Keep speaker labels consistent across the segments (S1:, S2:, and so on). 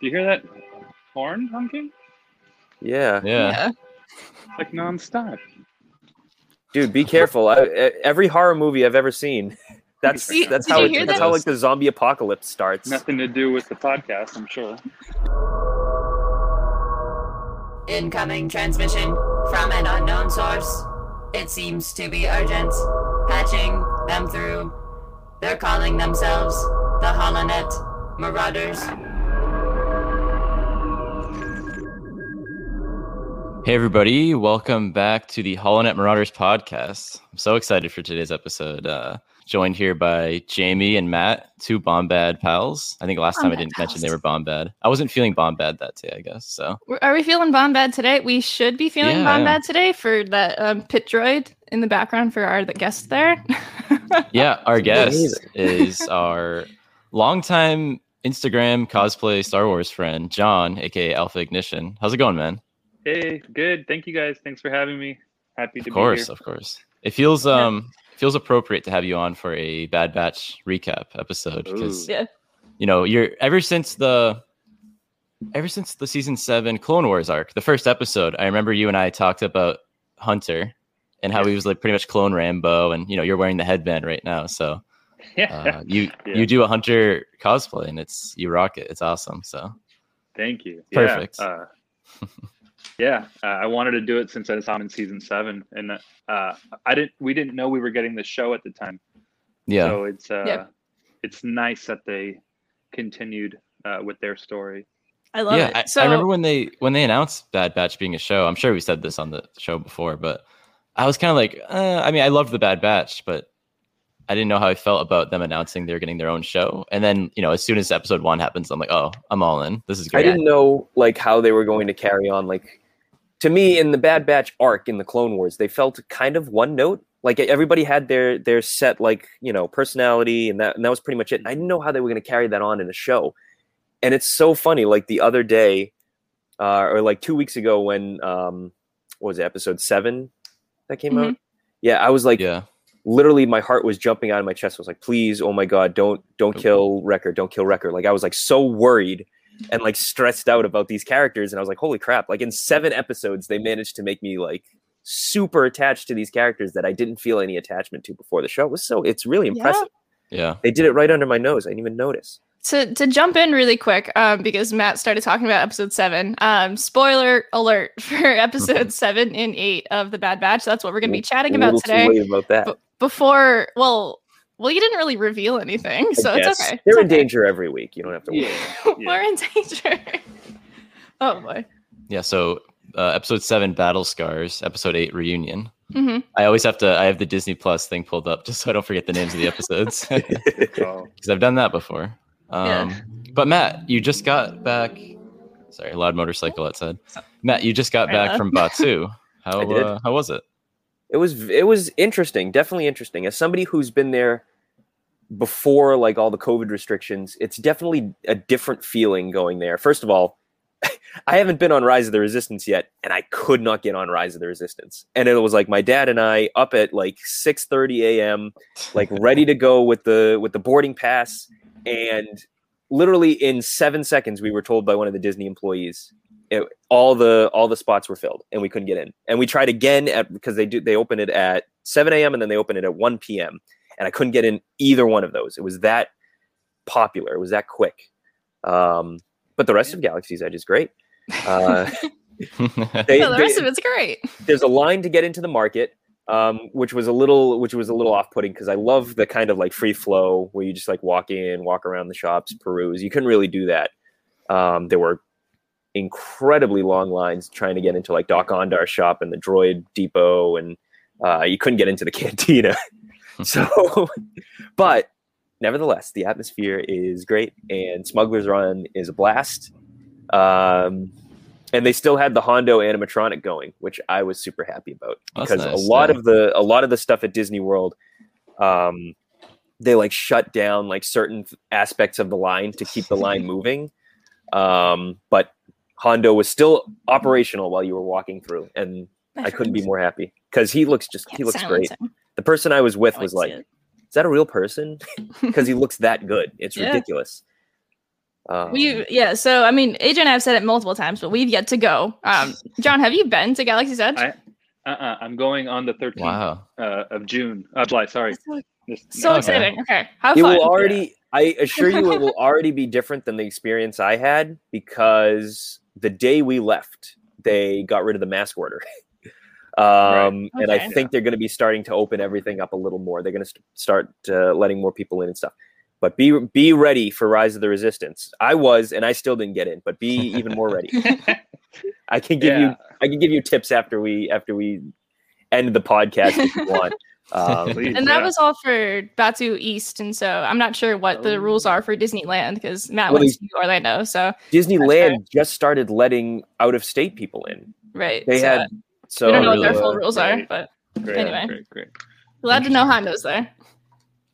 S1: Do you hear that horn honking?
S2: Yeah,
S3: Yeah.
S1: It's like nonstop.
S2: dude, be careful. I, e- every horror movie I've ever seen, that's
S1: See,
S2: that's
S3: did
S2: how
S3: you
S2: it,
S3: hear
S2: that's
S3: that?
S2: how like the zombie apocalypse starts.
S1: Nothing to do with the podcast, I'm sure.
S4: Incoming transmission from an unknown source. It seems to be urgent. Patching them through. They're calling themselves the Holonet Marauders.
S3: Hey everybody, welcome back to the HoloNet Marauders podcast. I'm so excited for today's episode. Uh, joined here by Jamie and Matt, two Bombad pals. I think last time I
S5: Bombad
S3: didn't mention
S5: pals.
S3: they were Bombad. I wasn't feeling Bombad that day, I guess. So
S5: We're- Are we feeling bomb bad today? We should be feeling
S3: Yeah,
S5: bomb
S3: yeah.
S5: bad today for that um, pit droid in the background for our the guest there.
S3: yeah, our guest
S2: amazing.
S3: is our longtime Instagram cosplay Star Wars friend, John, aka Alpha Ignition. How's it going, man?
S1: Hey, good. Thank you guys. Thanks for having me. Happy to
S3: of course,
S1: be
S3: of course. It feels um feels appropriate to have you on for a Bad Batch recap episode because
S5: Ooh. Yeah.
S3: you know you're ever since the ever since the season seven Clone Wars arc, the first episode. I remember you and I talked about Hunter and how he was like pretty much clone Rambo, and you know you're wearing the headband right now, so
S1: here. Yeah.
S3: uh, you
S1: Yeah.
S3: you do a Hunter cosplay and it's you rock it. It's awesome. So
S1: Thank you.
S3: Perfect.
S1: Yeah, uh, yeah uh, I wanted to do it since I saw him in season seven, and uh, I didn't. We didn't know we were getting the show at the time,
S3: yeah,
S1: so it's uh,
S5: Yep.
S1: it's nice that they continued uh, with their story.
S5: I love
S3: yeah,
S5: it.
S3: I,
S5: so
S3: I remember when they when they announced Bad Batch being a show. I'm sure we said this on the show before, but I was kind of like, uh, I mean, I loved the Bad Batch, but I didn't know how I felt about them announcing they're getting their own show. And then, you know, as soon as episode one happens, I'm like, oh, I'm all in. This is
S2: I
S3: great.
S2: didn't know like how they were going to carry on. Like to me, in the Bad Batch arc in the Clone Wars, they felt kind of one note. Like everybody had their their set, like you know, personality, and that and that was pretty much it. And I didn't know how they were going to carry that on in a show. And it's so funny. Like the other day, uh, or like two weeks ago, when um, what was it, episode seven that came out? Yeah, I was like,
S3: yeah,
S2: literally my heart was jumping out of my chest. I was like, please, oh my God, don't don't
S3: Okay.
S2: kill Wrecker, don't kill Wrecker. Like I was like so worried and like stressed out about these characters. And I was like, holy crap. Like in seven episodes, they managed to make me like super attached to these characters that I didn't feel any attachment to before the show. It was so it's really
S5: Yeah.
S2: impressive.
S3: yeah,
S2: They did it right under my nose. I didn't even notice.
S5: to to jump in really quick, um, because Matt started talking about episode seven. Um, spoiler alert for episode seven and eight of the Bad Batch. That's what we're going to be chatting
S2: a
S5: about
S2: little
S5: today.
S2: too late about that.
S5: But before, well, well, you didn't really reveal anything,
S2: I
S5: so it's
S2: guess.
S5: okay.
S2: They're
S5: It's
S2: in
S5: okay.
S2: danger every week. You don't have to worry.
S1: Yeah.
S5: We're in danger. oh boy.
S3: yeah. So uh, episode seven, Battle Scars. Episode eight, Reunion.
S5: hmm
S3: I always have to. I have the Disney Plus thing pulled up just so I don't forget the names of the episodes.
S1: So
S3: because I've done that before.
S5: Yeah.
S3: Um, But Matt, you just got back. Sorry, loud motorcycle outside. Matt, you just got
S5: Sorry,
S3: back
S5: lad.
S3: from Batu. How
S2: I did.
S3: uh, how was it?
S2: it was it was interesting definitely interesting as somebody who's been there before like all the covid restrictions it's definitely a different feeling going there first of all i haven't been on rise of the resistance yet and i could not get on rise of the resistance and it was like my dad and i up at like 6:30 a.m. like ready to go with the with the boarding pass and literally in 7 seconds we were told by one of the disney employees it, all the all the spots were filled and we couldn't get in and we tried again at because they do they open it at 7 a.m and then they open it at 1 p.m and i couldn't get in either one of those it was that popular it was that quick um but the rest of galaxy's edge is great uh they,
S5: No, the
S2: they-
S5: rest of it's great.
S2: there's a line to get into the market um, which was a little which was a little off-putting because i love the kind of like free flow where you just like walk in walk around the shops peruse you couldn't really do that um, there were incredibly long lines trying to get into like doc ondar's shop and the droid depot and uh, you couldn't get into the cantina so but nevertheless the atmosphere is great and smugglers run is a blast um, and they still had the Hondo animatronic going, which I was super happy about
S3: That's
S2: because
S3: nice,
S2: a lot
S3: yeah.
S2: of the a lot of the stuff at Disney World, um, they like shut down like certain th- aspects of the line to keep the line moving, um, but Hondo was still operational while you were walking through, and I couldn't be more happy because he looks just he looks great. The person I was with was like, "Is that a real person?" Because he looks that good. It's
S5: Yeah.
S2: ridiculous. Um,
S5: We yeah, so I mean, AJ and I have said it multiple times, but we've yet to go. Um, John, have you been to Galaxy's Edge?
S1: I- Uh-uh, I'm going on the 13th
S3: Wow.
S1: uh, of June, uh, July. Sorry.
S5: so
S1: This-
S5: so
S3: Okay.
S5: exciting. Okay, how
S2: it
S5: fun.
S2: will already i assure you it will already be different than the experience i had because the day we left they got rid of the mask order um and i
S5: Okay.
S2: think they're going to be starting to open everything up a little more they're going to st- start uh, letting more people in and stuff but be be ready for rise of the resistance i was and i still didn't get in but be even more ready i can give you
S1: yeah.
S2: i can give you tips after we after we end the podcast if you want um,
S1: Please,
S5: And that
S1: yeah.
S5: was all for Batu East, and so I'm not sure what the rules are for Disneyland because Matt
S2: Well,
S5: went to Orlando. So
S2: Disneyland just started letting out of state people in.
S5: right,
S2: They
S5: so
S2: had so
S5: we don't know what their
S3: really,
S5: full rules are,
S1: right.
S5: but
S1: Great,
S5: Anyway.
S1: great, great.
S5: glad to know Hondo's there.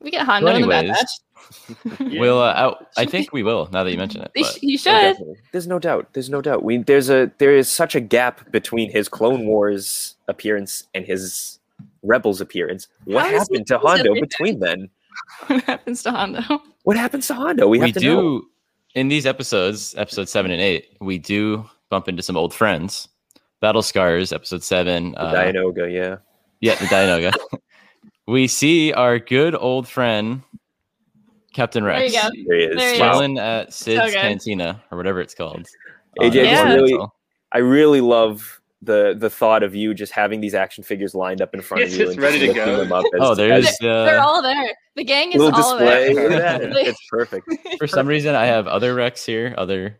S5: We get Hondo in the Bad
S3: anyways,
S5: Batch.
S1: Yeah.
S3: We'll. Uh, I, I think we will. Now that you mention it.
S5: They
S3: but-
S5: sh- you
S2: Oh,
S5: should.
S2: definitely. There's no doubt. There's no doubt. We there's a there is such a gap between his Clone Wars appearance and his Rebels appearance. What
S5: How does he
S2: happened to
S5: lose
S2: Hondo
S5: everything?
S2: between then?
S5: what happens to Hondo?
S2: What happens to Hondo? We have to
S3: do
S2: know.
S3: in these episodes, episode seven and eight, we do bump into some old friends. Battle Scars, episode seven.
S2: The
S3: Uh,
S2: Dianoga, yeah.
S3: Yeah, the Dianoga. we see our good old friend Captain
S5: There you
S3: Rex
S5: go.
S2: There he is.
S5: There he
S2: Wow.
S3: chilling at Sid's
S5: good.
S3: Cantina or whatever it's called.
S2: AJ,
S3: on
S5: just
S3: Continental.
S2: really- I really love the the thought of you just having these action figures lined up in front
S1: It's
S2: of you
S1: just
S2: and
S1: ready to
S2: lifting
S1: go.
S2: them up as,
S3: Oh, there
S2: as
S3: is.
S5: They're
S3: Uh,
S5: all there. The gang is
S2: little
S5: all there.
S1: there.
S2: display. Look at that.
S5: Like-
S2: It's perfect.
S3: for some reason, I have other Rex here. Other.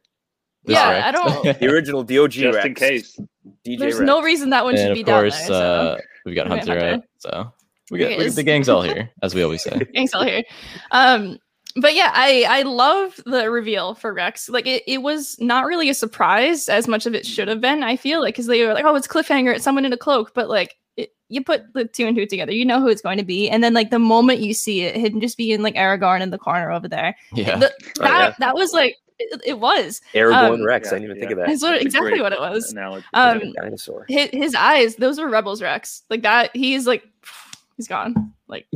S3: this
S5: Yeah,
S3: Rex.
S5: I don't.
S2: The original DOG
S1: just
S2: Rex.
S1: in case.
S2: DJ
S5: There's
S2: Rex.
S5: no reason that one should
S3: and
S5: be
S3: of course,
S5: down there. so.
S3: uh, we've got
S5: We got
S3: Hunter,
S5: Hunter.
S3: right? So we got,
S5: There
S3: we
S5: he
S3: got the
S5: is.
S3: gang's all here, as we always say.
S5: Thanks, all here. Um, but yeah, I I love the reveal for Rex. Like it, it was not really a surprise as much of it should have been. I feel like because they were like, oh, it's cliffhanger, it's someone in a cloak, but like. It, you put the two and two together, you know who it's going to be, and then like the moment you see it, him just being like Aragorn in the corner over there,
S3: Yeah.
S5: The- that
S2: Oh, yeah.
S5: that was like it, it was.
S2: Aragorn
S5: Um,
S2: Rex. I
S1: yeah,
S2: didn't even
S1: yeah.
S2: think of that.
S5: That's what,
S1: That's a
S5: exactly
S1: great
S5: what it was.
S1: Analogy.
S5: Um,
S2: Dinosaur.
S5: His, his eyes, those were Rebels Rex. Like that, he's like, he's gone. Like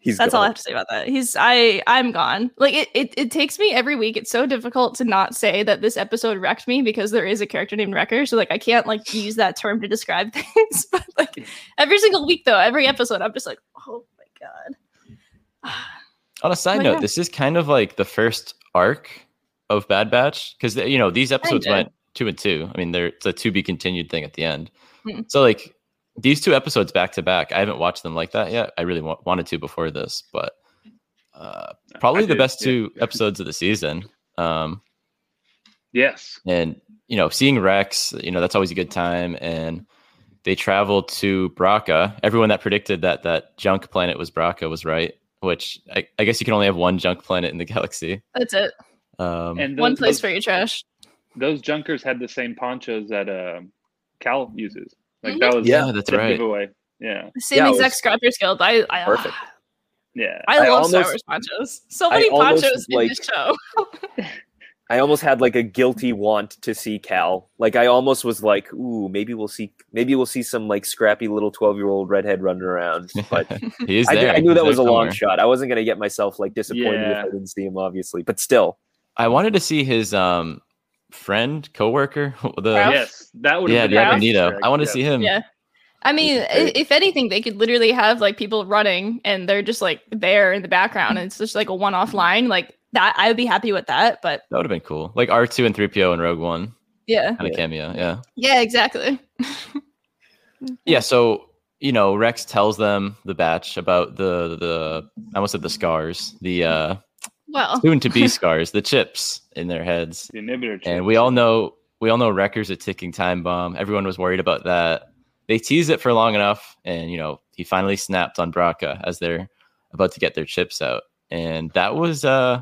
S2: He's
S5: That's all I
S2: gone.
S5: have to say about that. He's I I'm gone. Like it, it it takes me every week. It's so difficult to not say that this episode wrecked me because there is a character named Wrecker. So like I can't like use that term to describe things. But like every single week though, every episode, I'm just like, oh my god.
S3: On a side
S5: Like
S3: note,
S5: that.
S3: this is kind of like the first arc of Bad Batch because you know these episodes
S5: Kinda.
S3: went two and two. I mean, they're it's a to be continued thing at the end.
S5: Hmm.
S3: So like these two episodes back to back, I haven't watched them like that yet. I really wa- wanted to before this, but uh, probably
S1: I
S3: the
S1: did,
S3: best
S1: yeah.
S3: two episodes of the season. Um,
S1: Yes.
S3: and you know, seeing Rex, you know, that's always a good time. And they travel to Braca. Everyone that predicted that that junk planet was Braca was right. Which I, I guess you can only have one junk planet in the galaxy.
S5: That's it.
S3: Um,
S1: And
S5: One
S1: those-
S5: place
S1: those-
S5: for your trash.
S1: Those junkers had the same ponchos that um Cal uses. Like
S5: Mhm.
S1: that was
S3: Yeah, that's
S1: the
S3: right.
S1: giveaway. Yeah.
S5: The same
S2: Yeah, it
S5: exact Scrappers Guild. I I
S2: Perfect.
S1: Yeah.
S5: I,
S2: I
S5: love Star Wars
S2: almost-
S5: ponchos. So
S2: I
S5: many
S2: almost,
S5: ponchos in
S2: like-
S5: this show.
S2: I almost had like a guilty want to see Cal. Like I almost was like, ooh, maybe we'll see maybe we'll see some like scrappy little twelve year old redhead running around. But
S3: he is
S2: I,
S3: there.
S2: I knew
S3: He's
S2: that
S3: there
S2: was a long
S3: somewhere.
S2: shot. I wasn't gonna get myself like disappointed
S1: Yeah.
S2: if I didn't see him, obviously. But still,
S3: I wanted to see his um friend, coworker, the
S5: Ralph?
S1: Yes. That would
S3: yeah,
S1: have
S3: the
S1: been
S5: Ralph?
S1: an
S3: other Nito.
S1: Easter egg,
S3: I want to
S1: yeah.
S3: see him.
S5: Yeah. I mean, i-
S2: great.
S5: if anything, they could literally have like people running and they're just like there in the background and it's just like a one off line. Like that, I would be happy with that. But
S3: That would have been cool. Like R two and three PO and Rogue One
S5: yeah.
S3: kind of
S2: Yeah.
S3: cameo. Yeah.
S5: Yeah, exactly.
S3: Yeah. So you know, Rex tells them the batch about the the I almost said the scars, the uh
S5: Well,
S3: soon to be scars, the chips in their heads,
S1: The inhibitor chip.
S3: and we all know we all know Wrecker's a ticking time bomb. Everyone was worried about that. They teased it for long enough, and you know he finally snapped on Braca as they're about to get their chips out, and that was uh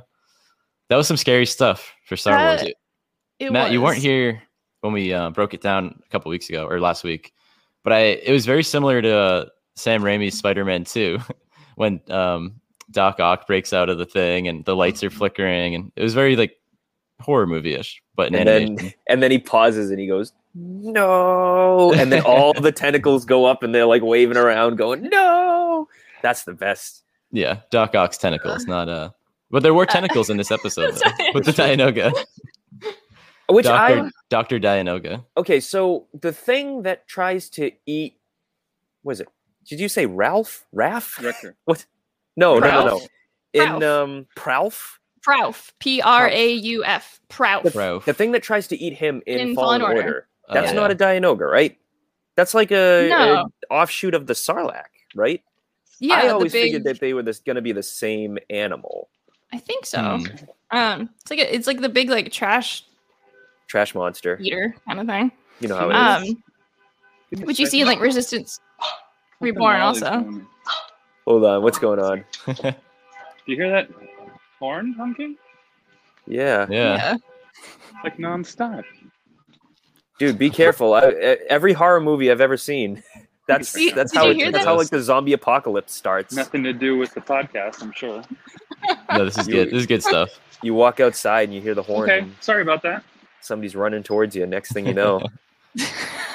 S3: that was some scary stuff for Star
S5: That
S3: Wars.
S5: it
S3: Matt, you weren't
S5: was.
S3: here when we uh, broke it down a couple weeks ago or last week, but I it was very similar to uh, Sam Raimi's Spider-Man Two, when um, Doc Ock breaks out of the thing and the lights are flickering, and it was very like horror movie-ish, but in
S2: and
S3: animation.
S2: then and then he pauses and he goes, No. And then all the tentacles go up and they're like waving around going, No. That's the best.
S3: yeah, Doc Ock's tentacles, not uh But there were tentacles in this episode though, with the Dianoga.
S2: Which I
S3: Doctor Doctor Dianoga.
S2: okay. So the thing that tries to eat was it? Did you say Ralph? Ralph?
S1: Director.
S2: No, no, no, no.
S5: Ralph.
S2: In
S5: Ralph.
S2: um, Prouf,
S5: Prouf. P R A U F. Prouf.
S3: Bro.
S2: the thing that tries to eat him in, Fallen, Order.
S3: Oh,
S2: That's
S3: yeah.
S2: not a Dianoga, right? That's like a,
S5: No.
S2: a offshoot of the Sarlacc, right?
S5: Yeah,
S2: I
S5: the
S2: always
S5: big-
S2: figured that they were this going to be the same animal,
S5: I think so.
S3: Hmm.
S5: Um, it's like a, it's like the big like trash
S2: trash monster.
S5: eater kind of thing.
S2: You know how it is.
S5: Um, which you see in like Resistance Reborn
S1: Molly's
S5: also.
S1: going.
S2: Hold on, what's going on?
S1: Do you hear that horn honking?
S2: Yeah,
S3: yeah.
S1: It's like nonstop.
S2: dude, be careful. I, e- every horror movie I've ever seen, that's
S1: Did you-
S2: that's
S5: did
S2: how
S5: you
S2: it,
S5: hear
S2: that's
S5: that?
S2: how like the zombie apocalypse starts.
S1: Nothing to do with the podcast, I'm sure.
S3: No, this is
S2: You-
S3: good. This is good stuff.
S2: You walk outside and you hear the horn,
S1: Okay,
S2: and
S1: sorry about that.
S2: somebody's running towards you. Next thing you know,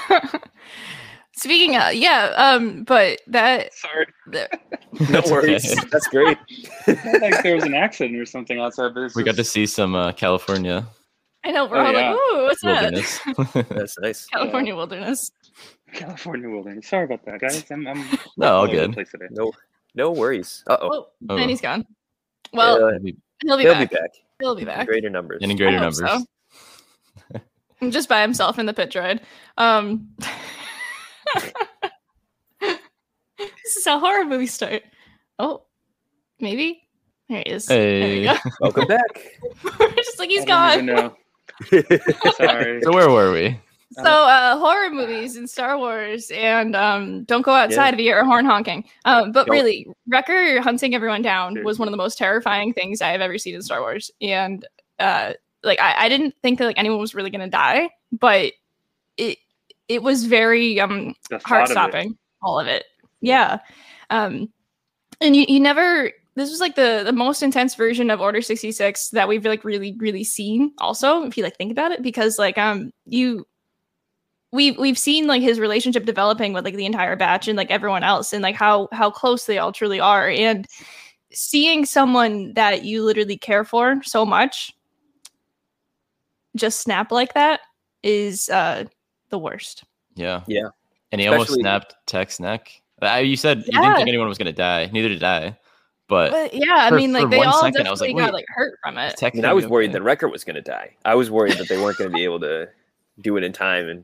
S5: Speaking of yeah, um, but that
S1: Sorry.
S2: no
S3: That's okay.
S2: worries, that's great.
S1: like there was an accident or something outside. But this
S3: We got to
S1: is-
S3: see some uh, California
S5: I know we're
S1: Oh,
S5: all
S1: yeah.
S5: like, ooh, what's that?
S3: wilderness.
S2: That's nice.
S5: California wilderness.
S1: California wilderness. Sorry about that, guys. I'm, I'm
S3: No, all
S1: all over the
S3: good.
S1: place today.
S2: No, no worries. Uh oh,
S5: Oh,
S3: Oh.
S5: and he's gone. Well,
S2: Uh,
S5: he'll be
S2: he'll
S5: back.
S2: be back.
S5: He'll be
S2: in
S5: back.
S2: Greater numbers.
S3: And in greater
S5: I hope
S3: numbers.
S5: so. Just by himself in the pit ride. Um, this is how horror movies start. Oh, maybe there he is.
S3: Hey.
S5: There
S2: Welcome back.
S5: we go. We're just like he's
S1: I don't even
S5: gone.
S1: know. Sorry.
S3: So where were we?
S5: So uh, horror movies and Star Wars and um, don't go outside if you hear a horn honking. Um, but
S2: Don't.
S5: really, Wrecker hunting everyone down
S1: Dude.
S5: was one of the most terrifying things I have ever seen in Star Wars. And uh, like I, I didn't think that like anyone was really gonna die, but it it was very um
S1: The thought
S5: heart
S1: of it.
S5: stopping. All of it. Yeah. Um and you, you never this was like the the most intense version of Order 66 that we've like really, really seen also, if you like think about it, because like um you we've we've seen like his relationship developing with like the entire batch and like everyone else and like how how close they all truly are. And seeing someone that you literally care for so much just snap like that is uh the worst.
S3: Yeah.
S2: Yeah.
S3: And he almost
S2: Especially-
S3: snapped Tech's neck. I, you said you
S5: Yeah.
S3: didn't think anyone was going to die. Neither did I. But
S5: But yeah, I
S3: for-
S5: mean,
S3: for
S5: like they
S3: one
S5: all
S3: second, I was like,
S5: definitely
S3: wait.
S5: got like hurt from it.
S3: Tech
S2: I mean, I was worried that Wrecker was going to die. I was worried that they weren't going to be able to do it in time. And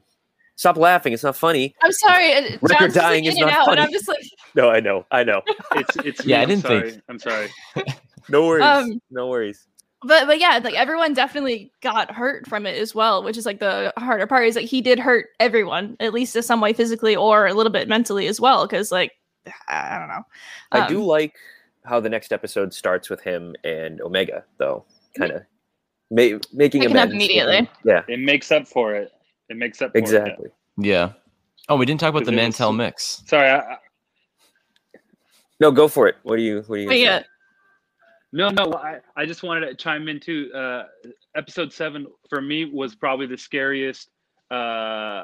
S2: stop laughing; it's not funny.
S5: I'm sorry, uh, John's just, like,
S2: dying is
S5: in and
S2: not
S5: out,
S2: funny.
S5: and I'm just like,
S2: No, I know, I know.
S1: It's it's me.
S3: Yeah, I
S1: I'm
S3: didn't
S1: sorry.
S3: think-
S1: I'm sorry.
S2: No worries,
S5: Um,
S2: no worries.
S5: but but yeah, like everyone definitely got hurt from it as well, which is like the harder part is like he did hurt everyone at least in some way physically or a little bit mentally as well, because like I I don't know.
S2: I do
S5: Um,
S2: like how the next episode starts with him and Omega, though. Kind of ma- making
S5: Picking up
S2: amends.
S5: immediately.
S2: Yeah,
S1: It makes up for it. It makes up for it.
S2: exactly.
S3: Yeah. Oh, we didn't talk about the
S1: But there was
S3: Mantel
S1: some-
S3: mix.
S1: Sorry. I, I,
S2: No, go for it. What do you? What do you?
S5: But
S2: gonna
S5: yeah,
S2: say?
S1: no, no. I, I just wanted to chime in too. Uh, episode seven for me was probably the scariest, uh,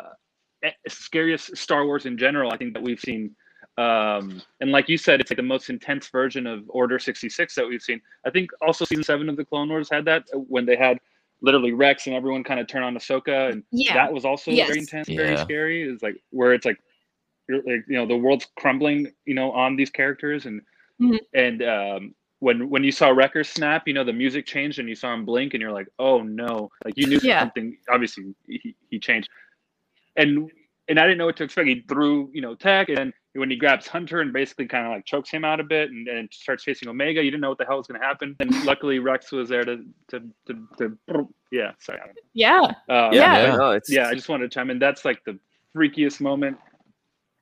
S1: eh, scariest Star Wars in general. I think that we've seen. Um, and like you said, it's like the most intense version of Order 66 that we've seen. I think also season seven of the Clone Wars had that uh, when they had literally Rex and everyone kind of turn on Ahsoka and
S5: yeah,
S1: that was also
S5: Yes.
S1: very intense, very
S3: Yeah.
S1: scary. Is like where it's like, you're, like you know, the world's crumbling, you know, on these characters, and
S5: Mhm.
S1: and um, when when you saw Wrecker snap, you know, the music changed, and you saw him blink, and you're like, oh no, like you knew
S5: Yeah.
S1: something. Obviously, he, he changed, and and I didn't know what to expect. He threw, you know, Tech, and then when he grabs Hunter and basically kind of like chokes him out a bit, and, and starts chasing Omega, you didn't know what the hell was going to happen. And luckily, Rex was there to to to, to yeah, sorry. I don't
S5: yeah.
S1: know. Um,
S5: Yeah.
S2: I know, it's,
S1: yeah, I just wanted to chime in. That's like the freakiest moment.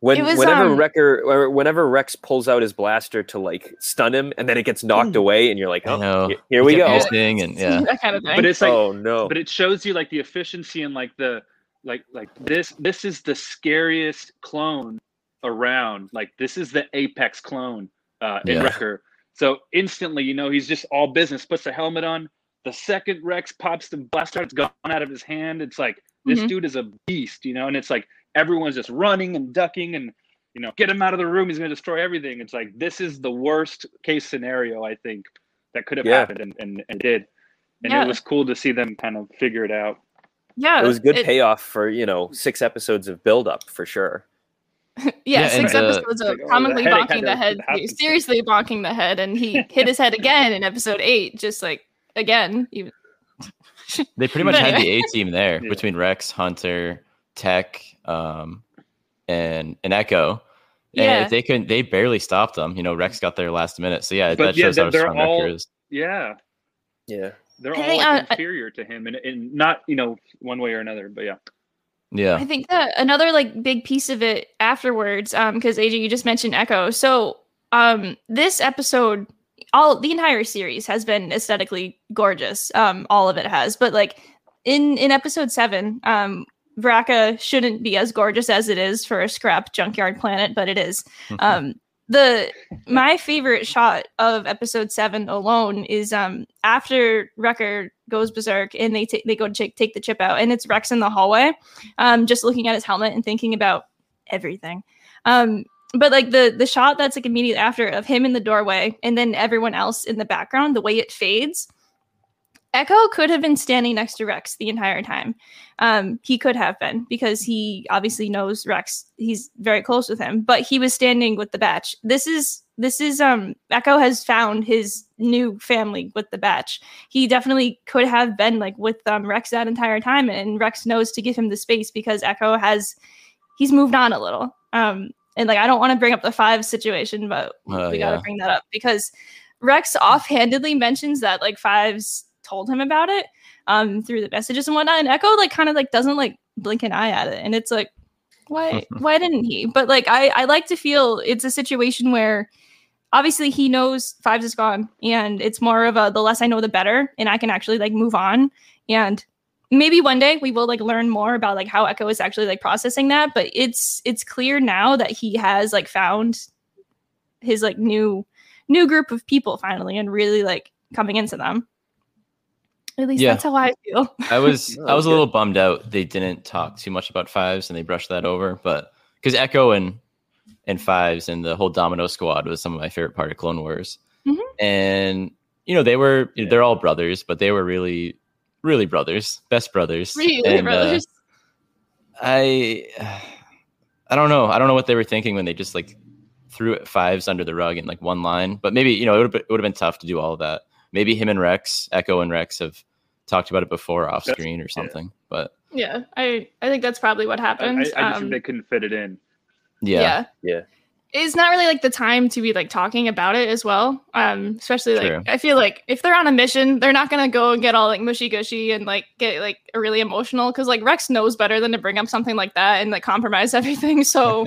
S2: When,
S5: It was,
S2: whenever
S5: um,
S2: Wrecker, or whenever Rex pulls out his blaster to like stun him, and then it gets knocked
S5: Mm.
S2: away, and you're like,
S3: I
S2: "Oh,
S3: know.
S2: he- here we
S3: He kept
S2: go."
S3: missing and yeah.
S5: that kind of thing.
S1: But it's like,
S2: oh no!
S1: but it shows you like the efficiency and like the like like this this is the scariest clone around. Like this is the apex clone uh, in
S3: Yeah.
S1: Wrecker. So instantly, you know, he's just all business. Puts the helmet on. The second Rex pops the blaster, it's gone out of his hand. It's like this
S5: Mhm.
S1: dude is a beast, you know. And it's like everyone's just running and ducking and you know, get him out of the room. He's going to destroy everything. It's like this is the worst case scenario, I think, that could have
S2: Yeah.
S1: happened and, and, and did. And
S5: Yeah.
S1: it was cool to see them kind of figure it out.
S5: yeah,
S2: it was good
S5: it-
S2: payoff for you know six episodes of build up for sure.
S5: Yeah,
S3: Yeah,
S5: six
S3: and, uh,
S5: episodes of
S1: Like, oh, the
S5: comically
S1: headache
S5: bonking
S1: had
S5: the
S1: to
S5: head,
S1: happen.
S5: seriously bonking the head, and he hit his head again in episode eight, just like again. Even,
S3: They pretty much
S5: But
S3: had the A team there
S1: Yeah.
S3: between Rex, Hunter, Tech, um, and and Echo. And
S5: yeah,
S3: if they couldn't, they barely stopped them. You know, Rex got there last minute. So yeah,
S1: But
S3: that
S1: yeah,
S3: shows
S1: they-
S3: how
S1: they're
S3: strong Wrecker
S1: all-
S3: is.
S1: Yeah.
S2: Yeah,
S1: They're
S5: I
S1: all
S5: think,
S1: like,
S5: uh, I-
S1: inferior to him and, and not, you know, one way or another. But yeah.
S3: Yeah.
S5: I think that another like big piece of it afterwards, um, because AJ, you just mentioned Echo. So, um, this episode, all the entire series has been aesthetically gorgeous. Um, all of it has, but like in in episode seven, um, Braca shouldn't be as gorgeous as it is for a scrap junkyard planet, but it is. Um, the my favorite shot of episode seven alone is um after Wrecker goes berserk and they take they go to take take the chip out and it's Rex in the hallway, um just looking at his helmet and thinking about everything, um but like the the shot that's like immediate after of him in the doorway and then everyone else in the background the way it fades. Echo could have been standing next to Rex the entire time. Um, he could have been because he obviously knows Rex. He's very close with him, but he was standing with the batch. This is this is um Echo has found his new family with the batch. He definitely could have been like with um Rex that entire time, and Rex knows to give him the space because Echo has he's moved on a little. Um, and like I don't want to bring up the five situation, but
S3: Uh,
S5: we got to
S3: yeah.
S5: bring that up because Rex offhandedly mentions that like Fives told him about it um through the messages and whatnot, and Echo like kind of like doesn't like blink an eye at it, and it's like why why didn't he? But like I I like to feel it's a situation where obviously he knows Fives is gone, and it's more of a the less I know the better, and I can actually like move on and. Maybe one day we will like learn more about like how Echo is actually like processing that, but it's it's clear now that he has like found his like new new group of people finally and really like coming into them. At least
S3: Yeah.
S5: that's how I feel.
S3: I was
S2: No,
S3: I was a
S2: good.
S3: little bummed out they didn't talk too much about fives and they brushed that over, but because Echo and and fives and the whole Domino Squad was some of my favorite part of Clone Wars,
S5: Mhm.
S3: and you know they were they're all brothers, but they were really really brothers, best brothers.
S5: Really,
S3: And, uh,
S5: brothers.
S3: I I don't know I don't know what they were thinking when they just like threw fives under the rug in like one line, but maybe you know it would it would have been tough to do all of that. Maybe him and Rex, Echo and Rex have talked about it before off
S1: That's-
S3: screen or something, but.
S5: yeah, I I think that's probably what
S1: I, I,
S5: happened.
S1: I just
S5: Um,
S1: think they couldn't fit it in.
S3: Yeah.
S2: Yeah.
S5: It's not really like the time to be like talking about it as well. Um, especially like
S3: True.
S5: I feel like if they're on a mission, they're not gonna go and get all like mushy gushy and like get like really emotional because like Rex knows better than to bring up something like that and like compromise everything. So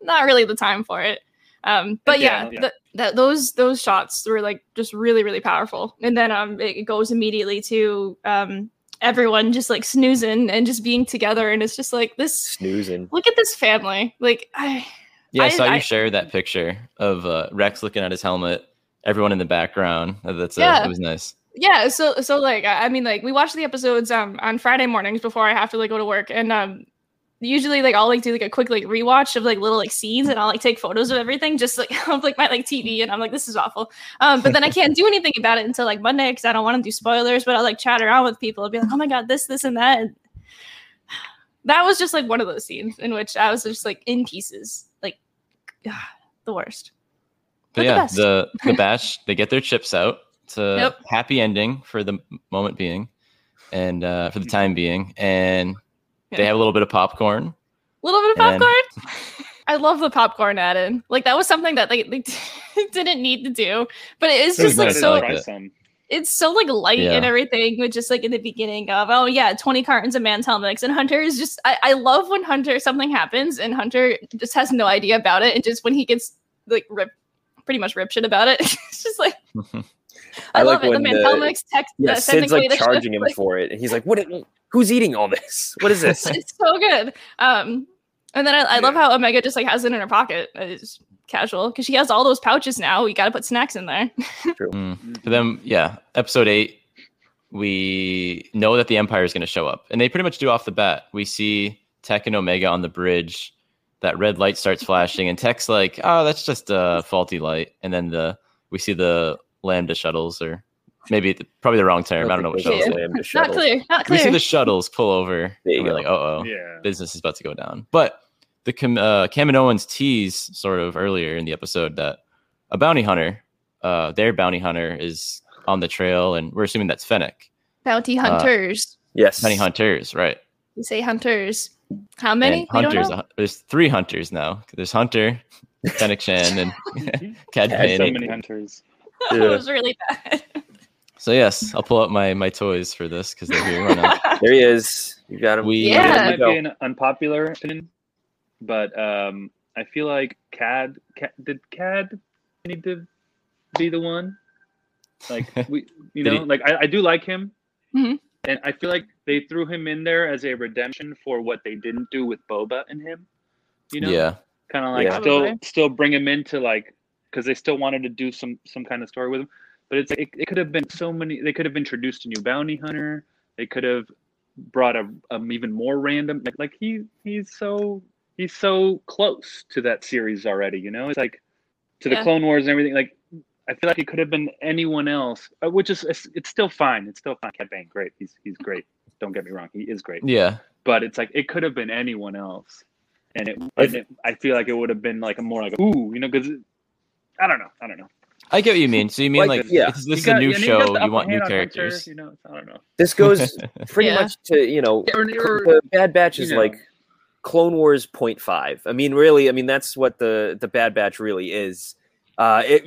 S5: not really the time for it. Um, but
S1: Yeah,
S5: yeah,
S1: yeah.
S5: th- that those those shots were like just really really powerful. And then um, it, it goes immediately to um, everyone just like snoozing and just being together, and it's just like this.
S2: snoozing.
S5: Look at this family. Like I,
S3: yeah, I
S5: I-
S3: saw you
S5: I-
S3: share that picture of uh, Rex looking at his helmet. Everyone in the background. Uh, That's uh,
S5: Yeah.
S3: it was nice.
S5: yeah. So so like I I mean like we watch the episodes um on Friday mornings before I have to like go to work, and um usually like I'll like do like a quick like rewatch of like little like scenes, and I'll like take photos of everything just like of like my like TV, and I'm like this is awful. Um, but then I can't do anything about it until like Monday because I don't want to do spoilers. But I'll like chat around with people and be like, oh my god, this, this, and that. And that was just like one of those scenes in which I was just like in pieces, like the worst.
S3: But
S5: But the
S3: yeah,
S5: best.
S3: the, the batch they get their chips out. It's a
S5: Yep.
S3: happy ending for the m- moment being, and uh, for the time being, and
S5: Yeah.
S3: they have a little bit of popcorn.
S5: little bit of
S3: And-
S5: popcorn. I love the popcorn add in. Like that was something that like they didn't need to do, but it is
S3: It was
S5: just like
S3: nice, I
S5: so.
S3: like
S1: Try
S3: it.
S1: some.
S5: It's so like light
S3: Yeah.
S5: and everything. With just like in the beginning of oh yeah, twenty cartons of Mantel mix and Hunter is just. I, I love when Hunter something happens and Hunter just has no idea about it and just when he gets like rip, pretty much rip shit about it. it's just like I,
S2: I like
S5: love it. The
S2: when the-
S5: Mantel mix text.
S2: Yeah,
S5: uh,
S2: Sid's
S5: technically
S2: like
S5: the chef,
S2: charging him
S5: like-
S2: for it, and he's like, "What? Who's eating all this? What is this?"
S5: it's so good. Um, and then I, I love
S1: Yeah.
S5: how Omega just like has it in her pocket. Uh, It's casual because she has all those pouches now. We got to put snacks in there.
S3: For them, yeah, episode eight, we know that the Empire is going to show up, and they pretty much do off the bat. We see Tech and Omega on the bridge. That red light starts flashing, and Tech's like, "Oh, that's just a faulty light." And then the we see the lambda shuttles or maybe probably the wrong term. I don't know what
S2: think
S3: shuttles.
S2: those
S5: Yeah.
S3: are.
S2: are lambda
S5: Not
S2: shuttles.
S5: clear. Not
S3: We see
S5: clear.
S3: the shuttles pull over.
S2: There you
S3: and we're
S2: go.
S3: like, oh, oh,
S1: Yeah.
S3: business is about to go down. But the Cam- uh, Cam and Owens tease sort of earlier in the episode that a bounty hunter, uh, their bounty hunter is on the trail, and we're assuming that's Fennec.
S5: Bounty
S3: uh,
S5: hunters.
S2: Yes.
S3: Bounty hunters, right?
S5: you say hunters. How many?
S3: And hunters.
S5: We don't know.
S3: uh, There's three hunters now. There's Hunter, Fennec Shan, and Cad
S2: Yeah,
S1: so
S3: Bane.
S1: many hunters.
S5: That
S2: Yeah.
S5: was really bad.
S3: So yes, I'll pull up my my toys for this because they're here. Why not?
S2: There he is. You got him.
S3: We
S5: Yeah.
S1: This
S2: There you
S1: might be
S2: go.
S1: an unpopular opinion, but um, I feel like Cad, Cad did Cad need to be the one? Like we, you
S3: Did
S1: know,
S3: he-
S1: like I, I do like him,
S5: Mhm.
S1: and I feel like they threw him in there as a redemption for what they didn't do with Boba and him. You know,
S3: yeah.
S1: kind of like
S2: Yeah.
S1: still
S5: Probably.
S1: still bring him into like because they still wanted to do some some kind of story with him but it's it, it could have been so many they could have introduced a new bounty hunter they could have brought a um, even more random like like he he's so he's so close to that series already you know it's like to the
S5: Yeah.
S1: clone wars and everything like i feel like it could have been anyone else uh, which is it's, it's still fine it's still fine Cat Bane, great he's he's great don't get me wrong he is great
S3: Yeah.
S1: but it's like it could have been anyone else, and it,
S2: I
S1: and it I feel like it would have been like a more like a, ooh, you know, because I don't know, I don't know.
S3: I get what you mean. So you mean
S2: Like,
S3: like,
S2: yeah.
S3: it's- this
S1: You
S3: is
S1: got-
S3: a new
S1: and got
S3: show.
S1: the
S3: You
S1: upper
S3: want new
S1: hand on Hunter,
S3: characters.
S1: you know, I don't know.
S2: This goes pretty
S5: Yeah.
S2: much to you know
S1: Or- or-
S2: the Bad Batch is
S1: you know.
S2: like Clone Wars 0.5. I mean, really, I mean that's what the the Bad Batch really is. Uh, it,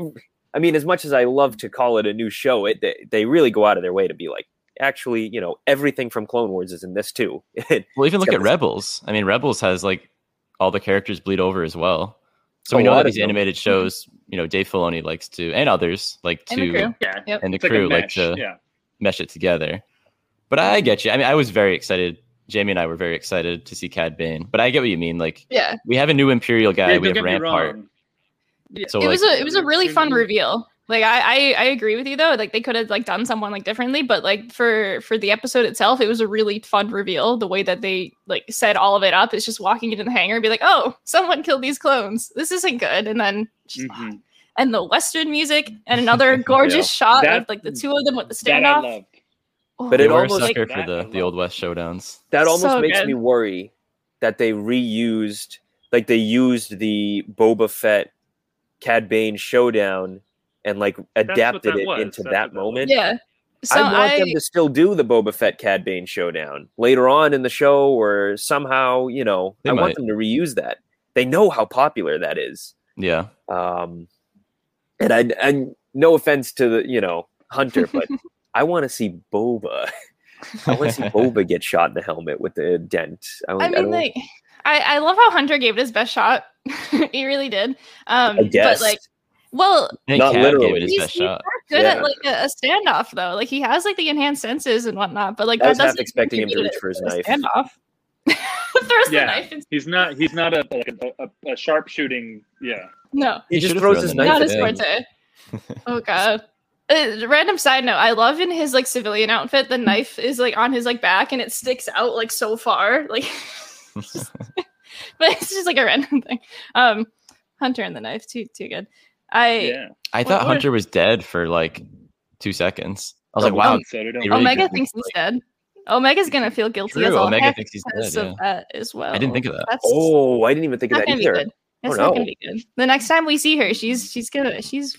S2: I mean, as much as I love to call it a new show, it they, they really go out of their way to be like, actually, you know, everything from Clone Wars is in this too.
S3: Well, even look
S2: got
S3: at
S2: this-
S3: Rebels. I mean, Rebels has like all the characters bleed over as well. So we
S2: A
S3: know
S2: lot
S3: that
S2: of
S3: these
S2: them. Mm-hmm.
S3: animated shows, you know, Dave Filoni likes to, and others like to,
S5: And the crew.
S1: Yeah,
S5: Yep.
S3: and the
S1: it's like a
S3: crew like,
S1: mesh,
S3: to
S1: yeah.
S3: mesh it together. But I get you. I mean, I was very excited. Jamie and I were very excited to see Cad Bane. But I get what you mean. Like,
S5: Yeah.
S3: we have a new Imperial guy.
S1: yeah
S3: we
S1: don't
S3: have
S1: get me
S3: Rampart.
S1: wrong.
S3: So
S5: it
S3: like,
S5: was a it was a really fun
S1: Mhm.
S5: reveal. Like I, I I agree with you though. Like they could have like done someone like differently, but like for for the episode itself, it was a really fun reveal. The way that they like set all of it up, it's just walking into the hangar and be like, oh, someone killed these clones. This isn't good. And then just,
S2: Mm-hmm.
S1: Mhm.
S5: and the western music and another gorgeous shot of
S1: That-
S5: like the two of them with the
S1: That I
S5: standoff.
S1: loved.
S5: Oh,
S2: But
S3: they
S2: it
S3: were
S2: almost-
S3: a sucker
S1: Like
S3: for
S1: that, I
S3: the,
S1: love
S3: the old west showdowns.
S2: That almost
S5: So
S2: makes
S5: good.
S2: me worry that they reused, like they used the Boba Fett Cad Bane showdown and like
S1: what
S2: adapted
S1: that
S2: it
S1: was.
S2: into
S1: That's what
S2: that
S1: that was.
S2: moment.
S5: yeah. So
S2: I want them to still do the Boba Fett Cad Bane showdown later on in the show, or somehow, you know,
S3: They
S2: I want
S3: might.
S2: them to reuse that. They know how popular that is.
S3: Yeah.
S2: Um, and I, I, no offense to the, you know, Hunter, but I want to see Boba. I want to see Boba get shot in the helmet with the dent. I,
S5: I
S2: don't-
S5: mean,
S2: don't-
S5: like, I, I love how Hunter gave it his best shot. he really did. Um,
S2: I guess.
S5: But like, well,
S3: I think
S2: Not
S3: Cad gave
S2: literally.
S3: it his
S5: he's,
S3: best
S5: he's not
S3: shot.
S5: good
S2: Yeah.
S5: at like a, a standoff though. Like he has like the enhanced senses and whatnot, but like
S2: I
S5: that
S2: was half
S5: doesn't
S2: expecting him to
S5: contribute
S2: reach for his
S5: a
S2: knife.
S5: Standoff. Throws
S1: Yeah.
S5: the knife. And,
S1: He's not. He's not a like a, a, a sharp shooting. Yeah.
S5: no,
S2: He,
S3: He
S2: just
S3: should've
S2: throws
S3: thrown
S2: his
S3: the
S2: knife.
S3: knife
S5: not
S2: at
S5: his
S3: at
S2: him.
S3: him.
S5: forte. oh god. Uh, random side note: I love in his like civilian outfit, the knife is like on his like back and it sticks out like so far, like. but it's just like a random thing. Um, Hunter and the knife, too, too good. I
S1: Yeah.
S3: I
S5: What-
S3: thought
S5: what-
S3: Hunter was dead for like two seconds. I was
S2: Oh,
S3: like, wow,
S1: So they don't-
S3: They really
S5: Omega
S3: good.
S5: thinks he's dead. Omega's gonna feel guilty
S3: true.
S5: as all
S3: Omega
S5: heck
S3: thinks he's dead.
S5: because
S3: Yeah.
S5: of that as well.
S3: I didn't think of that.
S5: That's
S2: Oh, I didn't even think of
S5: not
S2: that
S5: gonna
S2: either.
S5: be good. That's
S2: Oh,
S5: not
S2: no.
S5: gonna be good. The next time we see her, she's she's gonna she's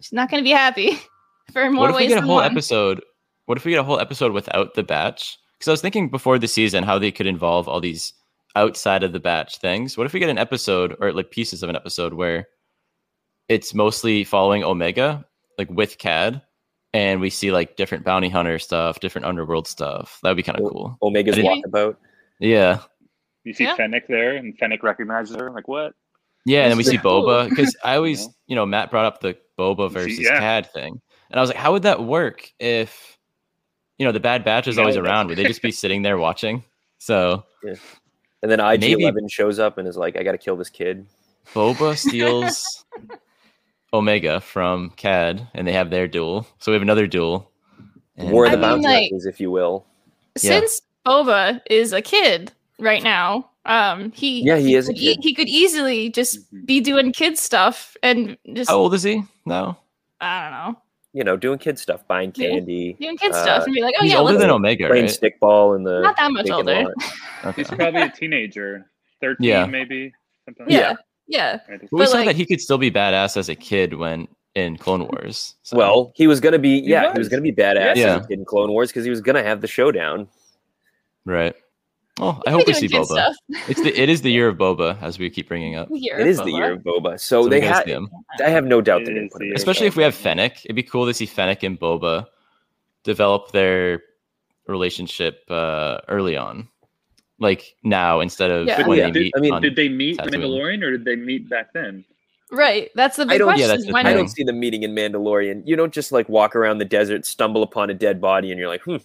S5: she's not gonna be happy for more
S3: What if we
S5: ways
S3: get a
S5: than
S3: whole
S5: one.
S3: episode? What if we get a whole episode without the batch? Because I was thinking before the season how they could involve all these outside of the batch things. What if we get an episode or like pieces of an episode where it's mostly following Omega, like with Cad, and we see like different bounty hunter stuff, different underworld stuff. That would be kind
S2: Well-
S3: of cool.
S2: Omega's
S3: Yeah.
S2: walkabout.
S3: Yeah.
S1: You see
S5: Yeah.
S1: Fennec there, and Fennec recognizes her. Like what?
S3: Yeah, and then we
S5: That's
S3: see
S5: cool.
S3: Boba because I always,
S1: know?
S3: you know, Matt brought up the Boba
S1: See,
S3: versus
S1: yeah.
S3: Cad thing, and I was like, how would that work if, you know, the Bad Batch is
S1: No,
S3: always
S1: that's-
S3: around? Would they just be sitting there watching? So
S2: And then IG
S3: Maybe-
S2: 11 shows up and is like, I got to kill this kid.
S3: Boba steals Omega from Cad, and they have their duel. So we have another duel.
S2: War of
S5: I
S2: the
S5: mean,
S2: Bounty
S5: like-
S2: Hunters, if you will.
S3: Yeah.
S5: Since Boba is a kid right now, um, he
S2: Yeah, he is a
S5: could e-
S2: kid. Mm-hmm.
S5: he could easily just
S1: Mhm.
S5: be doing kid stuff and just
S3: Oh. How old is he now?
S5: I don't know.
S2: you know, doing kid stuff, buying
S5: Yeah.
S2: candy,
S5: doing kid
S2: Uh,
S5: stuff and be like, oh
S3: He's
S5: yeah,
S3: older
S5: let's,
S2: let's-
S3: than Omega,
S2: playing
S3: right?
S2: stickball in the
S5: not that much
S2: vacant
S5: older.
S2: lot.
S3: Okay.
S1: He's probably a teenager, thirteen
S3: Yeah.
S1: maybe. Something
S5: Yeah,
S1: like
S5: yeah.
S2: Yeah.
S1: that. Right.
S3: We
S5: But,
S3: saw
S5: like-
S3: that he could still be badass as a kid when in Clone Wars. so-
S2: Well, he was gonna be
S1: He
S2: yeah, he
S1: was.
S2: was gonna be badass
S3: Yeah.
S2: as a kid in Clone Wars because he was gonna have the showdown.
S3: right. Well, I
S5: We'll
S3: hope
S5: be
S3: we
S5: doing
S3: see Boba.
S5: kid stuff
S3: It's the it is the year of Boba, as we keep bringing up.
S5: here,
S2: It is the
S5: Boba.
S2: year of Boba, so,
S3: So we
S2: Oh, they
S3: gotta
S2: had.
S3: see him.
S2: I have no doubt they
S1: It
S2: didn't
S1: is the
S2: put him
S1: year
S2: in.
S1: of
S3: especially if we have Fennec. It'd be cool to see Fennec and Boba develop their relationship uh, early on, like now instead of
S5: Yeah.
S3: when
S2: Yeah.
S3: they meet.
S2: I mean,
S3: on-
S1: Did they meet
S3: Tatooine.
S1: Mandalorian or did they meet back then?
S5: right? That's the big
S2: don't- yeah,
S5: question.
S3: that's
S5: is
S3: the
S5: when
S2: I
S3: thing.
S5: are-
S2: don't see them meeting in Mandalorian. You don't just like walk around the desert, stumble upon a dead body, and you're like, hmm,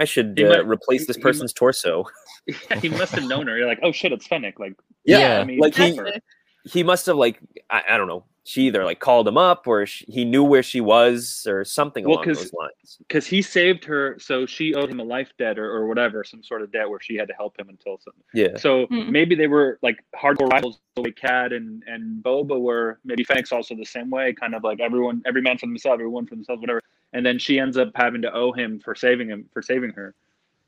S2: I should
S1: He
S2: uh,
S1: might-
S2: replace
S1: he-
S2: this
S1: he
S2: person's torso.
S1: Yeah, he must have known her. You're like, oh shit, it's Fennec. Like,
S2: Yeah,
S1: I mean,
S2: like he-
S5: that's the-
S2: He must have like I, I don't know. She either like called him up or she, he knew where she was or something
S1: Well,
S2: along
S1: 'cause-
S2: those lines.
S1: because he saved her, so she owed him a life debt or, or whatever, some sort of debt where she had to help him until something.
S2: Yeah,
S1: So
S5: Hmm.
S1: maybe they were like hardcore rivals the way Cad and, and Boba were. Maybe Fennec's also the same way, kind of like everyone, every man for themselves, everyone for themselves, whatever. And then she ends up having to owe him for saving him for saving her.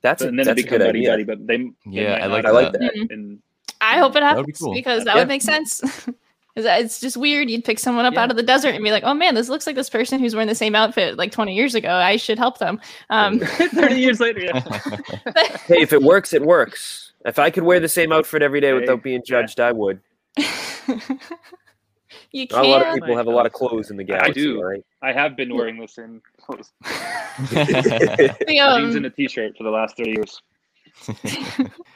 S2: that's
S1: So,
S2: a,
S1: and then it
S2: that's a
S1: become
S2: good
S1: buddy
S2: idea.
S1: buddy. But they, they
S3: Yeah,
S1: might
S3: I
S1: not
S3: like
S2: I
S1: have
S2: like
S1: that
S2: that.
S5: Mhm.
S1: in-
S5: I hope it
S3: That would
S5: happens
S3: be cool.
S5: because that
S1: Yeah.
S5: would make sense. 'Cause that- it's just weird. You'd pick someone up
S1: Yeah.
S5: out of the desert and be like, "Oh man, this looks like this person who's wearing the same outfit like 20 years ago. I should help them." Um,
S1: thirty years later. Yeah.
S2: Hey, if it works, it works. If I could wear the same outfit every day
S1: Hey,
S2: without being
S1: yeah.
S2: judged, I would.
S5: you
S2: Not a lot of
S5: can't.
S2: people have a lot of clothes in the
S1: I
S2: galaxy.
S1: do.
S2: right?
S1: I have been wearing this in clothes.
S5: The,
S1: jeans and a
S5: um,
S1: t-shirt for the last thirty years.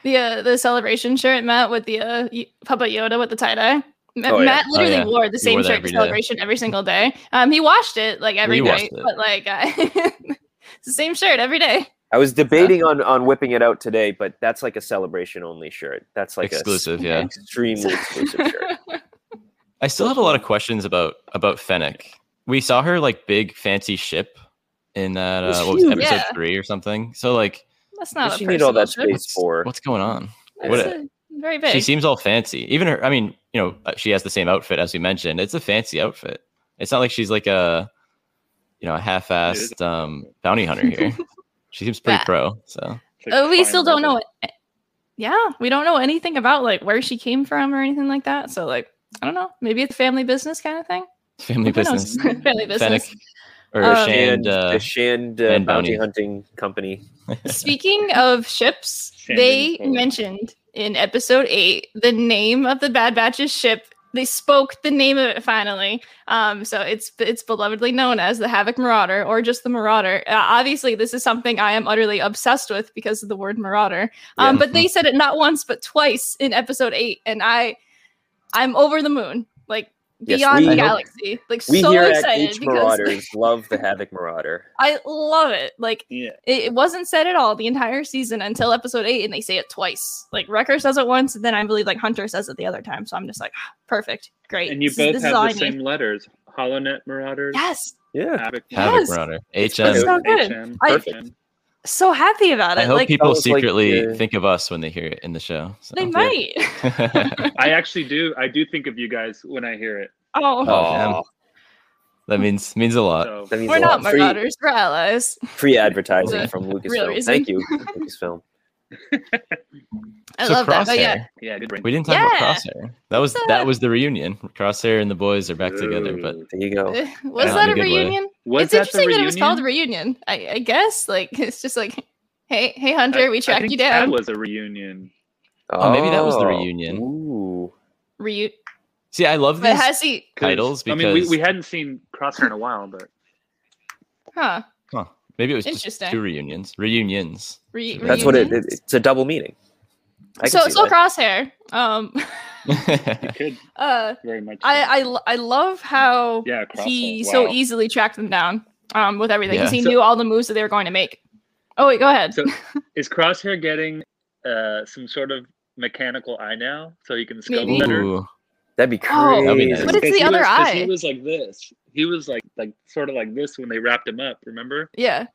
S5: the, uh, the celebration shirt, Matt, with the uh, y- Papa Yoda with the tie dye. Ma-
S2: Oh, yeah.
S5: Matt
S3: Oh,
S5: literally
S3: yeah.
S5: wore the same
S3: wore that
S5: shirt
S3: every
S5: to
S3: day.
S5: celebration every single day. Um, he washed it like every
S3: Re-washed
S5: night,
S3: it.
S5: but like I it's the same shirt every day.
S2: I was debating on on whipping it out today, but that's like a celebration only shirt. That's like
S3: Exclusive,
S2: a,
S3: yeah.
S2: extremely exclusive shirt.
S3: I still have a lot of questions about about Fennec. We saw her like big fancy ship in that
S2: It was
S3: uh, what was it,
S2: huge.
S3: episode
S5: Yeah.
S3: three or something. So like,
S5: That's not.
S2: What
S5: a
S2: does she need all
S5: personal
S2: that
S5: shirt.
S2: space for?
S3: what's going on?
S5: That's
S3: What-
S5: a- very big.
S3: She seems all fancy. Even her, I mean, you know, uh, she has the same outfit as we mentioned. It's a fancy outfit. It's not like she's like a, you know, a half-assed um, bounty hunter here. she seems pretty
S5: Yeah.
S3: pro. So
S1: It's like
S5: Oh, we
S1: fine
S5: still don't
S1: leather.
S5: know. it- Yeah, we don't know anything about like where she came from or anything like that. So like, I don't know. Maybe it's family business kind of thing.
S3: family
S5: Who
S3: business,
S5: knows? family
S3: Fennec,
S5: business.
S3: or
S5: Um,
S2: And
S3: Shand. Uh,
S2: the Shand uh,
S3: and
S2: bounty
S3: Bounty.
S2: hunting company.
S5: Speaking of ships,
S1: Shannon
S5: they
S1: Cole.
S5: mentioned in episode eight the name of the Bad Batch's ship. They spoke the name of it finally. Um, so it's it's belovedly known as the Havoc Marauder or just the Marauder. Uh, obviously, this is something I am utterly obsessed with because of the word Marauder. Um,
S2: Yeah.
S5: but they said it not once but twice in episode eight, and I I'm over the moon, like
S2: Yes, we-
S5: beyond the
S2: I hope-
S5: galaxy, like
S2: We
S5: so
S2: here at
S5: excited
S2: H
S5: because
S2: Marauders love the Havoc Marauder.
S5: I love it. Like
S1: Yeah.
S5: it, it wasn't said at all the entire season until episode eight, and they say it twice. Like Wrecker says it once, and then I believe like Hunter says it the other time. So I'm just like, "Ah, perfect, great.
S1: And you
S5: This is-
S1: both
S5: this is all I
S1: have the
S5: need."
S1: same letters: Holonet Marauders,
S5: Yes,
S2: Yeah.
S1: Havoc,
S3: Havoc
S5: Yes.
S3: Marauder.
S5: It's
S3: HM.
S5: so good.
S1: HM,
S5: I-
S1: Perfect.
S5: so happy about it.
S3: I hope
S5: like
S3: people
S2: Almost like
S3: secretly
S2: the-
S3: think of us when they hear it in the show. So.
S5: they might.
S1: I actually do. I do think of you guys when I hear it.
S5: oh,
S3: Oh, damn.
S2: Aw,
S3: that means means a lot.
S1: So
S2: that means
S5: we're
S2: a
S5: not
S2: lot. Free-
S5: marauders, we're allies.
S2: Free advertising from
S5: real
S2: Lucasfilm.
S5: reason.
S2: Thank you, Lucasfilm.
S5: I
S3: So
S5: love that. But yeah,
S3: Crosshair.
S1: yeah, good.
S3: We didn't talk
S5: Yeah.
S3: about Crosshair. That was
S5: What's
S3: that was the reunion. Crosshair and the boys are back together, but
S2: There you go.
S5: eh, was
S3: Yeah, in
S5: that
S3: a
S5: a
S3: good way.
S5: reunion?
S1: was
S5: it's
S1: that
S5: interesting
S1: the
S5: that
S1: reunion?
S5: it was called a reunion. I, I guess like it's just like, hey, hey, Hunter,
S1: I-
S5: we
S1: I
S5: tracked
S1: think
S5: you down.
S1: That was a reunion.
S3: Oh, maybe that was the
S2: Oh.
S3: reunion.
S2: Ooh.
S5: Reu-
S3: see, I love
S5: but
S3: these
S5: has he?
S1: 'Cause,
S3: titles
S1: I
S3: because
S1: mean, we, we hadn't seen Crosshair in a while, but
S5: Huh?
S3: Huh. Maybe it was just
S5: Interesting.
S3: two reunions. Reunions.
S5: Re-
S2: That's what it,
S5: reunions?
S2: it- It's a double meaning. I can
S5: so
S2: see
S5: so
S2: that.
S5: crosshair. Um,
S1: you could
S5: uh,
S1: very much.
S5: I, I lo- I love how
S1: yeah, Crosshair.
S5: he
S1: wow.
S5: so easily tracked them down um, with everything because
S3: Yeah.
S5: he
S1: So-
S5: knew all the moves that they were going to make. Oh wait, go ahead.
S1: So- Is Crosshair getting uh, some sort of mechanical eye now, so he can scope
S5: Maybe.
S1: better?
S3: Ooh.
S2: That'd be crazy.
S5: Oh,
S3: That'd be nice.
S5: What is
S1: Because
S5: the
S1: he
S5: other
S1: was, 'cause
S5: eye?
S1: He was like this. He was like like sort of like this when they wrapped him up. Remember?
S5: yeah,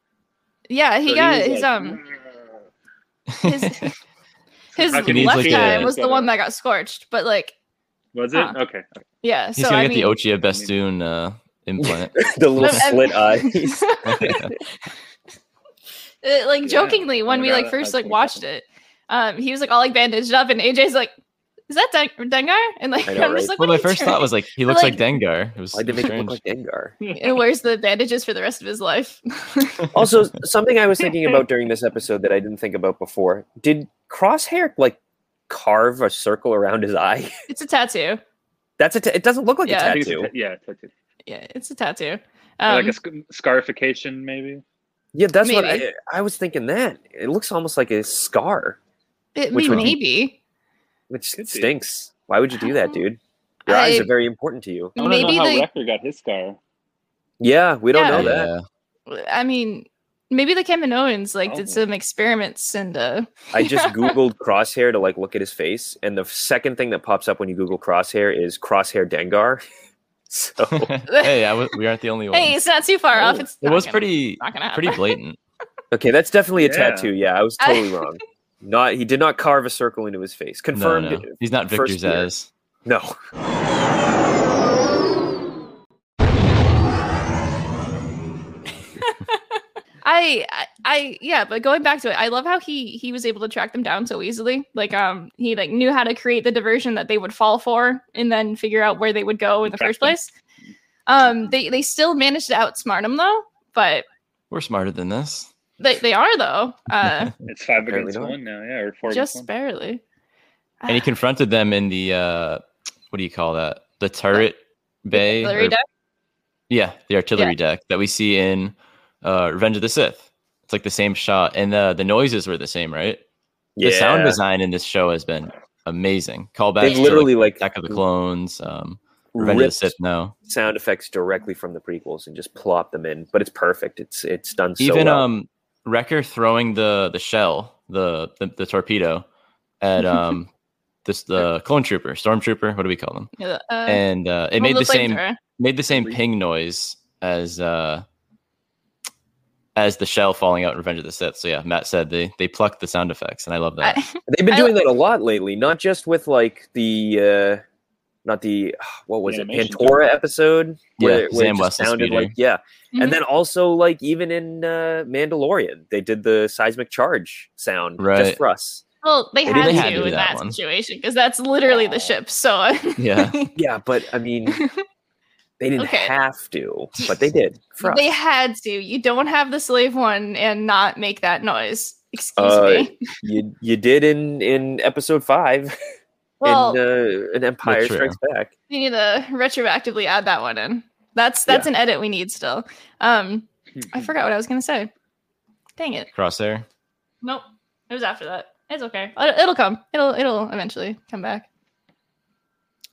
S5: yeah, he
S1: So
S5: got
S1: was
S5: his
S1: like, "Mm."
S5: um his his
S1: How can
S5: left
S1: he
S3: needs like
S5: eye
S3: a-
S5: was the one that got scorched, but like
S1: was it
S5: Huh.
S1: okay?
S5: yeah,
S3: He's
S5: so
S3: gonna
S5: I
S3: get
S5: mean,
S3: the Ochia Bestoon uh, implant.
S2: the little
S5: Um,
S2: slit eyes.
S5: Uh, like
S2: Yeah.
S5: jokingly when
S2: Oh my
S5: we
S2: God,
S5: like
S2: that-
S5: first
S2: that's
S5: like
S2: pretty
S5: watched it um he was like all like bandaged up and aj's like is that Den- dengar and like
S2: I know,
S5: i'm
S2: right?
S5: just like
S3: well,
S5: what
S3: my
S5: are you
S3: first thought
S5: doing?"
S3: was like he looks like,
S5: like-
S3: Dengar. It was
S2: Why did they make him
S3: strange.
S2: look like Dengar?
S5: and wears the bandages for the rest of his life
S2: Also, something I was thinking about during this episode that I didn't think about before. Did Crosshair like carve a circle around his eye?
S5: it's a tattoo
S2: That's a. T- it doesn't look like
S5: Yeah.
S1: I
S2: a
S1: think it's a
S2: tattoo.
S1: ta- yeah, tattoo.
S5: yeah it's a tattoo
S1: Or
S5: um,
S1: like a sc- scarification, maybe.
S2: yeah, that's what
S5: Maybe.
S2: I, I was thinking. That it looks almost like a scar,
S5: it,
S2: which would be-
S5: maybe
S2: which
S1: Could be.
S2: stinks. Why would you do that, dude? Your eyes
S5: I-
S2: are very important to you.
S1: I don't
S5: maybe
S1: know how
S5: the
S1: Wrecker got his scar.
S2: Yeah, we don't
S5: Yeah.
S2: know that.
S3: Yeah.
S5: i mean maybe the Kaminoans like did
S1: Oh.
S5: some experiments and uh
S2: I just googled Crosshair to like look at his face, and the second thing that pops up when you Google Crosshair is Crosshair Dengar. so
S3: hey, I was, we aren't the only ones.
S5: hey it's not too far off it's
S3: it
S5: not
S3: was
S5: gonna-
S3: pretty
S5: not gonna happen
S3: pretty blatant.
S2: Okay, that's definitely a
S1: Yeah.
S2: tattoo. Yeah, I was
S5: I-
S2: totally wrong. Not he did not carve a circle into his face.
S3: no,
S2: Confirmed.
S3: no. He's not Victor
S2: first year.
S3: Zaz.
S2: No.
S5: I, I I yeah, but going back to it, I love how he he was able to track them down so easily. Like um he like knew how to create the diversion that they would fall for and then figure out where they would go in the first
S1: Exactly.
S5: place. Um they they still managed to outsmart him though, but
S3: We're smarter than this.
S5: they, they are though. Uh
S1: It's five
S2: Apparently
S1: against
S2: not.
S1: one now, yeah, or four
S5: just
S1: against one.
S5: barely.
S3: And he confronted them in the uh, what do you call that? The turret bay.
S5: Hillary
S3: or-
S5: Duff?
S3: Yeah, the artillery deck that we see in uh, Revenge of the Sith. It's like the same shot, and the the noises were the same, right?
S2: Yeah.
S3: The sound design in this show has been amazing. Callbacks
S2: They
S3: to
S2: literally
S3: like,
S2: like,
S3: Attack of the Clones, um, Revenge of the
S2: ripped
S3: Sith. No,
S2: sound effects directly from the prequels and just plop them in. But it's perfect. It's it's done so
S3: even
S2: well.
S3: um, Wrecker throwing the the shell, the the, the torpedo, at um, this the clone trooper, stormtrooper. What do we call them?
S5: Yeah, uh,
S3: And uh, it
S5: well,
S3: made the same
S5: flamethrower.
S3: made the same ping noise as uh as the shell falling out in Revenge of the Sith. So yeah, Matt said they they plucked the sound effects, and I love that.
S5: I-
S2: They've been
S5: I
S2: doing that a lot lately, not just with like the uh not the what was
S1: The
S2: it,
S1: animation.
S2: Pantora episode
S3: Yeah,
S2: where, where
S3: Sam
S2: it just
S3: Weston's
S2: sounded
S3: speeder.
S2: like yeah.
S5: Mhm.
S2: And then also like even in uh Mandalorian, they did the seismic charge sound
S3: Right.
S2: just for us.
S5: well, they
S3: Maybe
S5: had,
S3: they
S5: to, in that,
S3: one.
S5: situation because that's literally the ship. So
S3: yeah,
S2: Yeah, but I mean, they didn't
S5: Okay.
S2: have to, but they did. For
S5: They
S2: us.
S5: had to. You don't have the slave one and not make that noise. Excuse
S2: Uh,
S5: me.
S2: you you did in in episode five
S5: Well,
S2: in uh, an Empire
S3: true.
S2: Strikes Back.
S5: we need to retroactively add that one in. That's that's an edit we need still. Um,
S3: Mm-hmm.
S5: I forgot what I was gonna say. Dang it!
S3: crosshair.
S5: Nope, it was after that. It's okay. It- It'll come. It'll it'll eventually come back.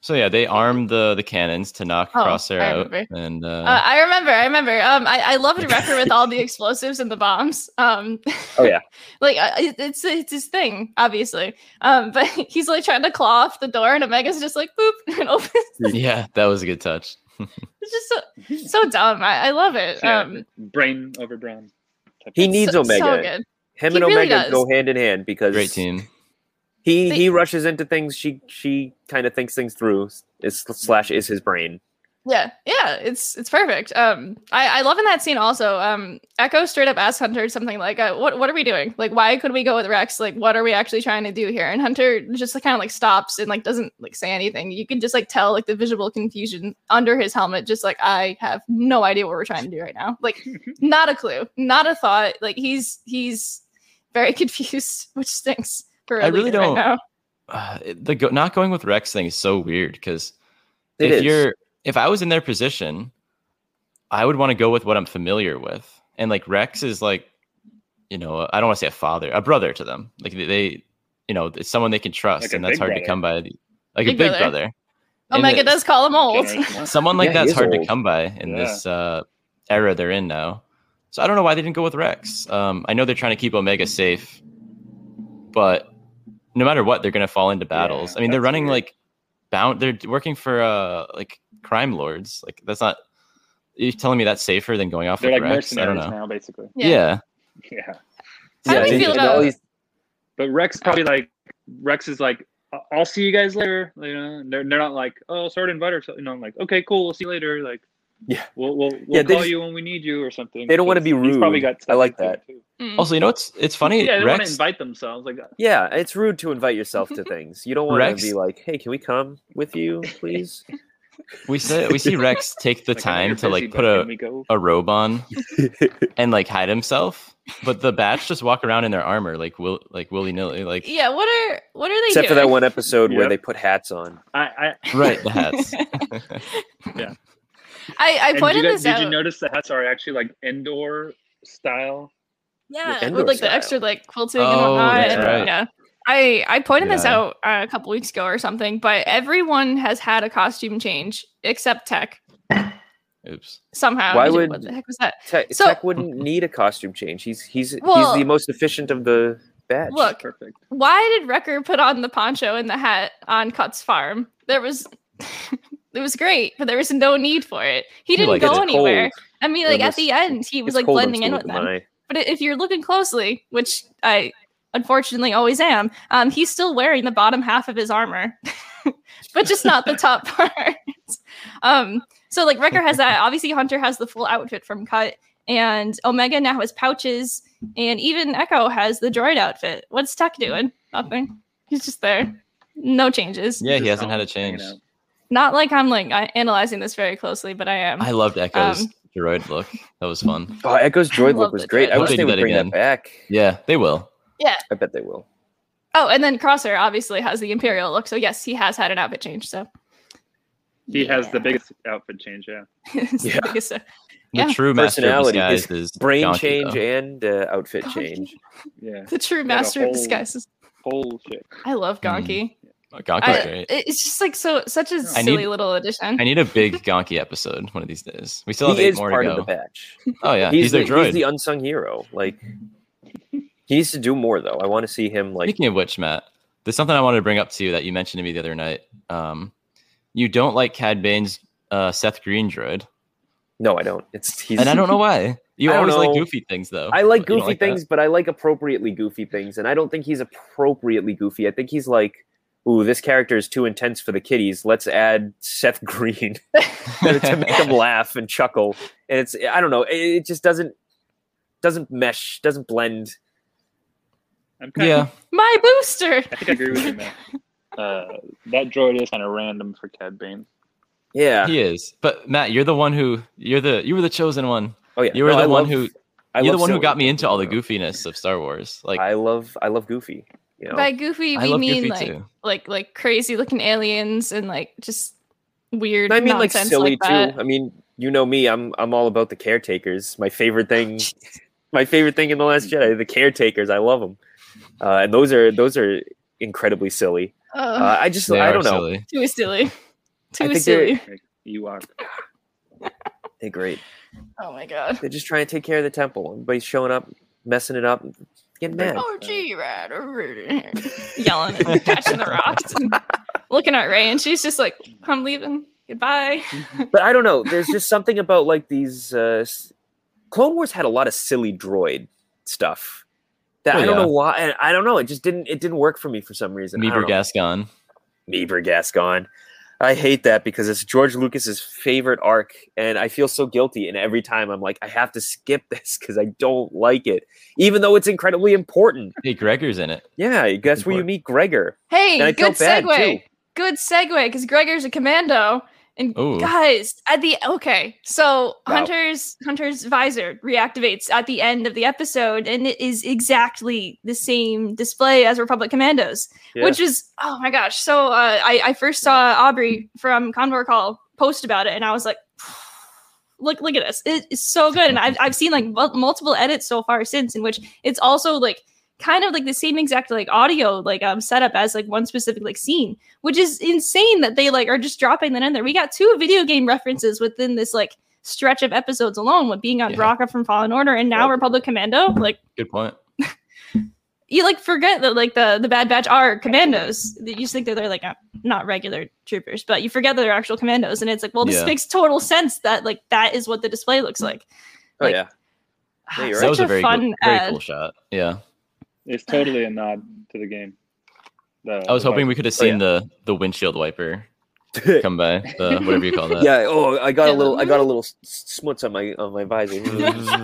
S3: So yeah, they armed the the cannons to knock
S5: Oh,
S3: crosshair
S5: I
S3: out,
S5: remember.
S3: and uh,
S5: Uh, I remember. I remember. Um, I, I loved Wrecker with all the explosives and the bombs. Um,
S2: Oh, yeah.
S5: like uh, it, it's it's his thing, obviously. Um, but he's like trying to claw off the door, and Omega's just like boop and opens.
S3: yeah, that was a good touch.
S5: It's just so so dumb. I, I love it.
S1: Yeah,
S5: Um,
S1: brain over brawn. type
S2: He
S1: of-
S2: needs
S5: so,
S2: Omega.
S5: So good.
S2: Him
S5: He
S2: and
S5: really
S2: Omega go
S5: does.
S2: hand in hand because
S3: Great team.
S2: He
S5: They-
S2: he rushes into things. She she kind of thinks things through. Is slash is his brain.
S5: Yeah, yeah, it's it's perfect. Um, I I love in that scene also. Um, Echo straight up asks Hunter something like, uh, "What what are we doing? Like, why could we go with Rex? Like, what are we actually trying to do here?" And Hunter just kind of like stops and like doesn't like say anything. You can just like tell like the visual confusion under his helmet. Just like I have no idea what we're trying to do right now. Like, not a clue, not a thought. Like he's he's very confused, which stinks. For a
S3: I really
S5: leader right
S3: don't-
S5: now.
S3: Uh, it- the go- not going with Rex thing is so weird because
S2: It
S3: if
S2: is.
S3: you're if I was in their position, I would want to go with what I'm familiar with. And like Rex is like, you know, I don't want to say a father, a brother to them. Like they, they you know, it's someone they can trust,
S1: Like a
S3: and that's
S1: big
S3: hard
S1: brother.
S3: to come by. The, like a
S5: Big
S3: big
S5: brother.
S3: brother. And
S5: Omega
S3: it-
S5: does call him old.
S1: Generation one.
S3: Someone like
S2: Yeah, he
S3: that's
S2: is
S3: hard to
S2: old.
S3: come by in
S1: Yeah.
S3: this uh, era they're in now. So I don't know why they didn't go with Rex. Um, I know they're trying to keep Omega safe, but no matter what, they're going to fall into battles.
S1: Yeah,
S3: I mean, they're
S1: that's
S3: running
S1: weird.
S3: like bound. They're working for uh, like crime lords. Like that's not. You're telling me that's safer than going off
S1: They're
S3: with
S1: like
S3: Rex? I don't
S1: mercenaries
S3: know.
S1: now, basically.
S3: Yeah.
S1: Yeah.
S5: How do
S2: and-
S5: we feel
S2: and
S5: about-
S2: all these-
S1: But Rex probably like Rex is like, "I- I'll see you guys later. You know, they're, they're not like, oh, sorry to invite her. You know, I'm like, okay, cool, we'll see you later. Like,
S2: Yeah.
S1: We'll we'll, we'll
S2: Yeah, they
S1: call
S2: just-
S1: you when we need you or something.
S2: they don't wanna
S1: because
S2: be
S1: He's probably
S2: rude.
S1: got
S2: I like
S1: something to do, too.
S5: Mm.
S3: Also, you know it's it's funny.
S1: Yeah, they want to
S3: Rex,
S1: invite themselves. Like uh,
S2: Yeah, it's rude to invite yourself to things. You don't want
S3: Rex-
S2: to be like, "Hey, can we come with you, please?"
S3: we see we see Rex take the
S1: like, I know
S3: time
S1: you're
S3: to
S1: busy,
S3: like
S1: but
S3: put
S1: can
S3: a,
S1: we go?
S3: a robe on and like hide himself, but the batch just walk around in their armor like will like willy nilly like
S5: yeah, what are what are they
S2: Except for
S5: doing?
S2: that one episode where
S1: Yep.
S2: they put hats on.
S1: I, I
S3: right the hats.
S5: I, I
S1: and you
S5: pointed
S1: guys,
S5: this
S1: did
S5: out.
S1: you notice the hats are actually like indoor style?
S5: yeah,
S2: Endor
S5: with like
S2: style.
S5: the extra like quilting and
S3: Oh,
S5: whatnot.
S3: that's
S5: and,
S3: right.
S5: Yeah. I, I pointed this
S3: Yeah.
S5: out uh, a couple weeks ago or something, but everyone has had a costume change except Tech
S3: Oops.
S5: somehow.
S2: Why
S5: Dude,
S2: would-
S5: what the heck was that?
S2: Te-
S5: So-
S2: Tech wouldn't need a costume change. He's he's
S5: Well-
S2: he's the most efficient of the batch.
S5: Look,
S1: Perfect.
S5: why did Wrecker put on the poncho and the hat on Cut's farm? There was it was great, but there was no need for it. He didn't
S2: like, it's
S5: go
S2: cold.
S5: anywhere. I mean,
S2: It
S5: like at
S2: was-
S5: the end, he was
S2: It's
S5: like
S2: cold
S5: blending in
S2: school
S5: with
S2: to
S5: them.
S2: my-
S5: But i- if you're looking closely, which I unfortunately always am, um, he's still wearing the bottom half of his armor, but just not the top part. um, so like Wrecker has that. Obviously, Hunter has the full outfit from Cut, and Omega now has pouches, and even Echo has the droid outfit. What's Tech doing? Nothing. He's just there. No changes.
S3: Yeah, he
S1: Just
S3: hasn't had a
S1: out, hanging
S3: change.
S1: out.
S5: Not like I'm like I- analyzing this very closely, but I am.
S3: I loved Echo's
S5: Um,
S3: droid look. That was fun.
S2: Oh, Echo's droid
S5: love
S2: look was
S5: the
S2: great.
S5: droid
S2: I wish
S5: look.
S2: they
S3: They'll do
S2: would
S3: that
S2: bring
S3: again.
S2: that back.
S3: Yeah, they will.
S2: I bet they will.
S5: oh, and then Crosser obviously has the Imperial look. So yes, he has had an outfit change. So
S1: He has the
S5: Yeah.
S1: biggest outfit change. Yeah.
S5: It's the
S2: Yeah.
S5: biggest-
S3: The
S5: Yeah.
S3: true master of
S2: Personality
S3: disguise
S2: is
S3: is
S2: Brain
S3: Gonki,
S2: change
S3: though.
S2: and uh, outfit
S5: Gonki.
S2: change.
S1: Yeah.
S5: Oh, the true
S1: got a
S5: master of
S1: whole-
S5: disguises.
S1: Whole shit.
S5: I
S2: Hmm.
S5: love
S3: Mm.
S5: Gonki.
S3: Gonki's
S5: I,
S3: great.
S5: it's just like so such a
S1: I
S5: silly
S3: need-
S5: little addition.
S3: I need a big Gonki episode one of these days. We still have
S2: he
S3: eight
S2: is
S3: more
S2: part
S3: to
S2: of
S3: go.
S2: the batch.
S3: Oh yeah,
S2: he's,
S3: he's,
S2: the,
S3: their droid.
S2: he's the unsung hero. Like he needs to do more though. I want to see him like
S3: Speaking of which, Matt, there's something I wanted to bring up to you that you mentioned to me the other night. Um, you don't like Cad Bane's uh, Seth Green droid,
S2: no, I don't. It's he's
S3: and I don't know why. You
S2: I don't
S3: always like
S2: know.
S3: goofy things, though.
S2: I like
S3: You don't
S2: goofy
S3: that.
S2: things, but I like appropriately goofy things, and I don't think he's appropriately goofy. I think he's like, ooh, this character is too intense for the kiddies. Let's add Seth Green to make them laugh and chuckle. And it's I don't know, it, it just doesn't doesn't mesh, doesn't blend.
S1: I'm kind
S3: yeah,
S5: My booster.
S1: I think I agree with you, man. Uh, that droid is kind of random for Cad Bane.
S2: Yeah.
S3: he is. But Matt, you're the one who you're the you were the chosen one.
S2: Oh yeah.
S3: You were
S2: No,
S3: the
S2: I
S3: one
S2: love-
S3: who
S2: I
S3: you're the
S2: love
S3: one who
S2: silly.
S3: got me into all the goofiness of Star Wars. Like I,
S2: I love I love goofy. You know,
S5: By goofy, we
S3: love
S5: mean
S3: Goofy
S5: like
S3: too.
S5: like like crazy looking aliens and like just weird.
S2: And I mean like
S5: nonsense
S2: silly
S5: like that.
S2: too. I mean, you know me, I'm I'm all about the caretakers. My favorite thing my favorite thing in the last Jedi, the caretakers. I love them. Uh, and those are those are incredibly silly.
S5: Ugh,
S2: Uh, I just
S3: They
S2: I
S3: are
S2: don't know.
S3: silly.
S5: too silly. Too
S2: think they're-
S5: silly.
S1: Like, Ewok.
S2: They're great.
S5: Oh my god.
S2: They're just trying to take care of the temple. Everybody's showing up, messing it up, getting mad.
S5: Oh gee, rad yelling and catching the rocks and looking at Ray and she's just like, I'm leaving. Goodbye.
S2: but I don't know. There's just something about like these. Uh, s- Clone Wars had a lot of silly droid stuff that
S3: Oh,
S2: I don't
S3: yeah.
S2: know why. and I don't know. It just didn't. It didn't work for me for some reason. I don't
S3: Meaver
S2: know.
S3: Gascon.
S2: Meeber Gascon. I hate that because it's George Lucas's favorite arc, and I feel so guilty. And every time I'm like, I have to skip this because I don't like it, even though it's incredibly important.
S3: Hey, Gregor's in it.
S2: Yeah, that's where you
S3: Important.
S2: meet Gregor,
S5: Hey,
S2: and I felt
S5: good
S2: bad
S5: segue.
S2: too.
S5: good segue because Gregor's a commando. And
S3: Ooh.
S5: guys, at the okay, so
S2: Wow.
S5: Hunter's Hunter's visor reactivates at the end of the episode, and it is exactly the same display as Republic Commandos,
S2: Yeah.
S5: which is oh my gosh. So uh, I I first saw Aubrey from Convor Call post about it, and I was like. Look! Look at this. It is so good, and I've, I've seen like mul- multiple edits so far since, in which it's also like kind of like the same exact like audio like um setup as like one specific like scene, which is insane that they like are just dropping that in there. We got two video game references within this like stretch of episodes alone with being on
S3: Yeah.
S5: Braca from Fallen Order and now
S2: Yeah.
S5: Republic Commando. Like
S3: Good point.
S5: you like forget that like the the Bad Batch are commandos. That You just think that they're like uh, not regular troopers, but you forget that they're actual commandos. And it's like, well, this
S3: Yeah.
S5: makes total sense that like that is what the display looks like.
S2: Oh
S5: like-
S2: yeah, Yeah, you're right.
S3: That was
S5: Such
S3: a
S5: a
S3: very cool-
S5: fun
S3: very cool
S5: ad.
S3: shot. Yeah.
S1: It's totally a nod to the game. The-
S3: I was
S1: the
S3: hoping
S1: vibe.
S3: we could have
S2: Oh, yeah.
S3: seen the the windshield wiper come by the whatever you call that.
S2: yeah. Oh, I got a
S5: Yeah,
S2: little. I got a
S5: mhm.
S2: little s- smuts on my on my visor.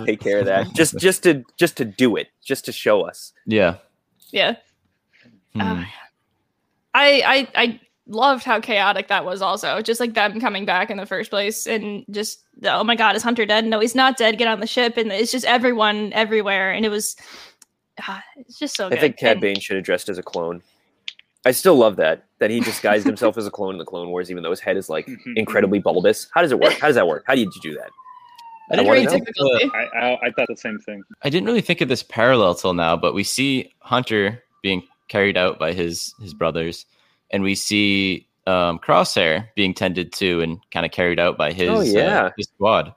S2: Take care of that. Just just to just to do it. Just to show us.
S3: Yeah.
S5: yeah.
S3: Hmm.
S2: Mm.
S5: Uh, I I I loved how chaotic that was also. Just like them coming back in the first place and just oh my god, is Hunter dead? No, he's not dead. Get on the ship and it's just everyone everywhere and it was ah, it's just so
S2: I
S5: good.
S2: think Cad
S5: And-
S2: Bane should have dressed as a clone. I still love that that he disguised himself as a clone in the Clone Wars, even though his head is like incredibly bulbous. How does it work? How does that work? How did you do that?
S3: I
S2: Uh, I
S3: didn't
S2: wanna
S3: really
S2: know.
S3: think of the-
S5: difficulty.
S1: I, I I thought the same thing.
S3: I didn't really think of this parallel till now, but we see Hunter being carried out by his his brothers, and we see um, Crosshair being tended to and kind of carried out by his
S2: Oh,
S3: uh,
S2: yeah.
S3: his squad.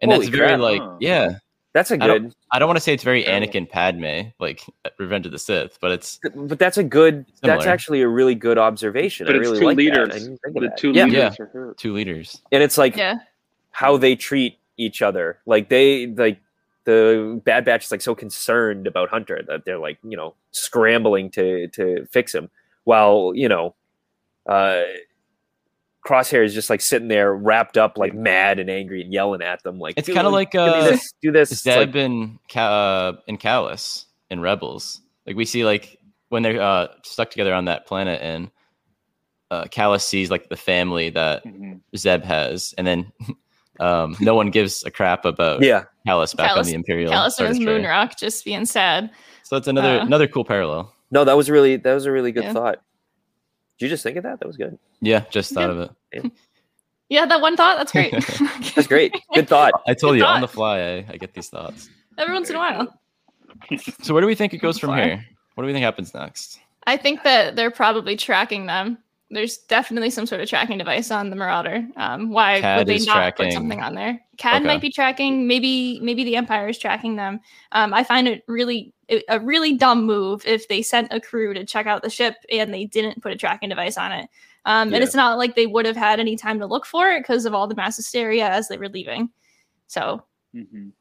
S3: And
S2: Holy
S3: that's very
S2: crap.
S3: like
S1: Huh.
S3: yeah.
S2: That's a
S3: I don't-
S2: good.
S3: I don't want to say it's very
S1: Terrible.
S3: Anakin Padme like Revenge of the Sith, but it's
S2: But that's a good. That's
S3: Similar.
S2: actually a really good observation.
S1: But
S2: I
S1: it's
S2: really
S1: two
S2: like
S1: leaders.
S2: That. I didn't think of
S1: The
S2: that.
S1: two
S2: yeah,
S1: leaders
S3: Yeah.
S1: are hurt.
S3: two leaders.
S2: and it's like
S5: Yeah.
S2: how they treat each other. Like they like the Bad Batch is like so concerned about Hunter that they're like you know scrambling to to fix him, while you know, uh, Crosshair is just like sitting there wrapped up like mad and angry and yelling at them like
S3: It's
S2: "Do-
S3: kind of like
S2: give me
S3: uh,
S2: this, do this. It's like,
S3: Zeb and Ca- uh, and Callus in Rebels. Like we see like when they're uh, stuck together on that planet, and uh, Callus sees like the family that
S1: Mhm.
S3: Zeb has, and then um, no one gives a crap about
S2: yeah,
S3: Callus back on
S5: Callus-
S3: the Imperial.
S5: Callus
S3: Star
S5: and his
S3: Destroyer.
S5: moonrock just being sad.
S3: So that's another
S5: Uh,
S3: another cool parallel.
S2: no, that was really that was a really good
S5: Yeah.
S2: thought. Did you just think of that? That was good.
S3: Yeah, just thought
S5: Yeah.
S3: of it.
S5: Yeah, that one thought, that's great.
S2: That's great. Good thought.
S3: I told
S5: Good
S3: you
S5: thought.
S3: on the fly. I, I get these thoughts.
S5: Every once in a while.
S3: So where do we think it goes from
S5: Fly.
S3: here? What do we think happens next?
S5: I think that they're probably tracking them. There's definitely some sort of tracking device on the Marauder. Um, why
S3: Cad
S5: would they
S3: is
S5: not
S3: tracking.
S5: put something on there? Cad
S3: Okay.
S5: might be tracking. Maybe maybe the Empire is tracking them. Um, I find it really a really dumb move if they sent a crew to check out the ship and they didn't put a tracking device on it. Um,
S2: Yeah.
S5: And it's not like they would have had any time to look for it because of all the mass hysteria as they were leaving. So
S1: Mhm.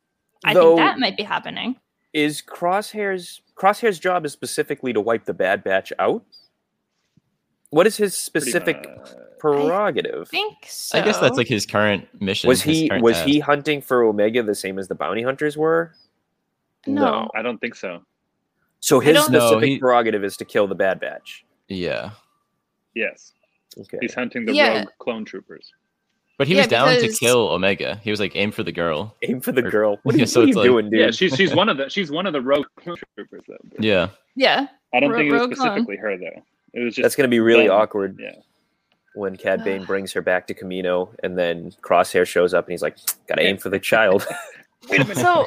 S5: I
S2: Though-
S5: think that might be happening.
S2: is Crosshair's Crosshair's job is specifically to wipe the Bad Batch out? What is his
S1: Pretty
S2: specific
S1: much.
S2: prerogative?
S5: I think so.
S3: I guess that's like his current mission.
S2: was
S3: his
S2: he
S3: current
S2: was
S3: task.
S2: he hunting for Omega the same as the bounty hunters were?
S5: No.
S1: I don't think so.
S2: So
S5: I
S2: his
S5: don't-
S3: No,
S2: specific
S3: he-
S2: prerogative is to kill the Bad Batch.
S3: Yeah,
S1: Yes,
S2: Okay.
S1: he's hunting the
S5: Yeah.
S1: rogue clone troopers.
S3: but he
S5: Yeah,
S3: was down
S5: because-
S3: to kill Omega. He was like aim for the girl.
S2: Aim for the girl. What are
S3: Yeah,
S2: you,
S3: so
S2: what are
S3: it's
S2: you
S3: like-
S2: doing, dude?
S1: Yeah, she's she's one of the she's one of the rogue clone troopers though.
S3: Yeah,
S5: yeah.
S1: I don't
S5: Ro-
S1: think it was
S5: rogue clone.
S1: specifically her though. It was just
S2: That's gonna be really
S1: them.
S2: awkward
S1: Yeah.
S2: when Cad Bane brings her back to Camino and then Crosshair shows up and he's like, Gotta aim for the child.
S1: Wait a minute.
S5: So,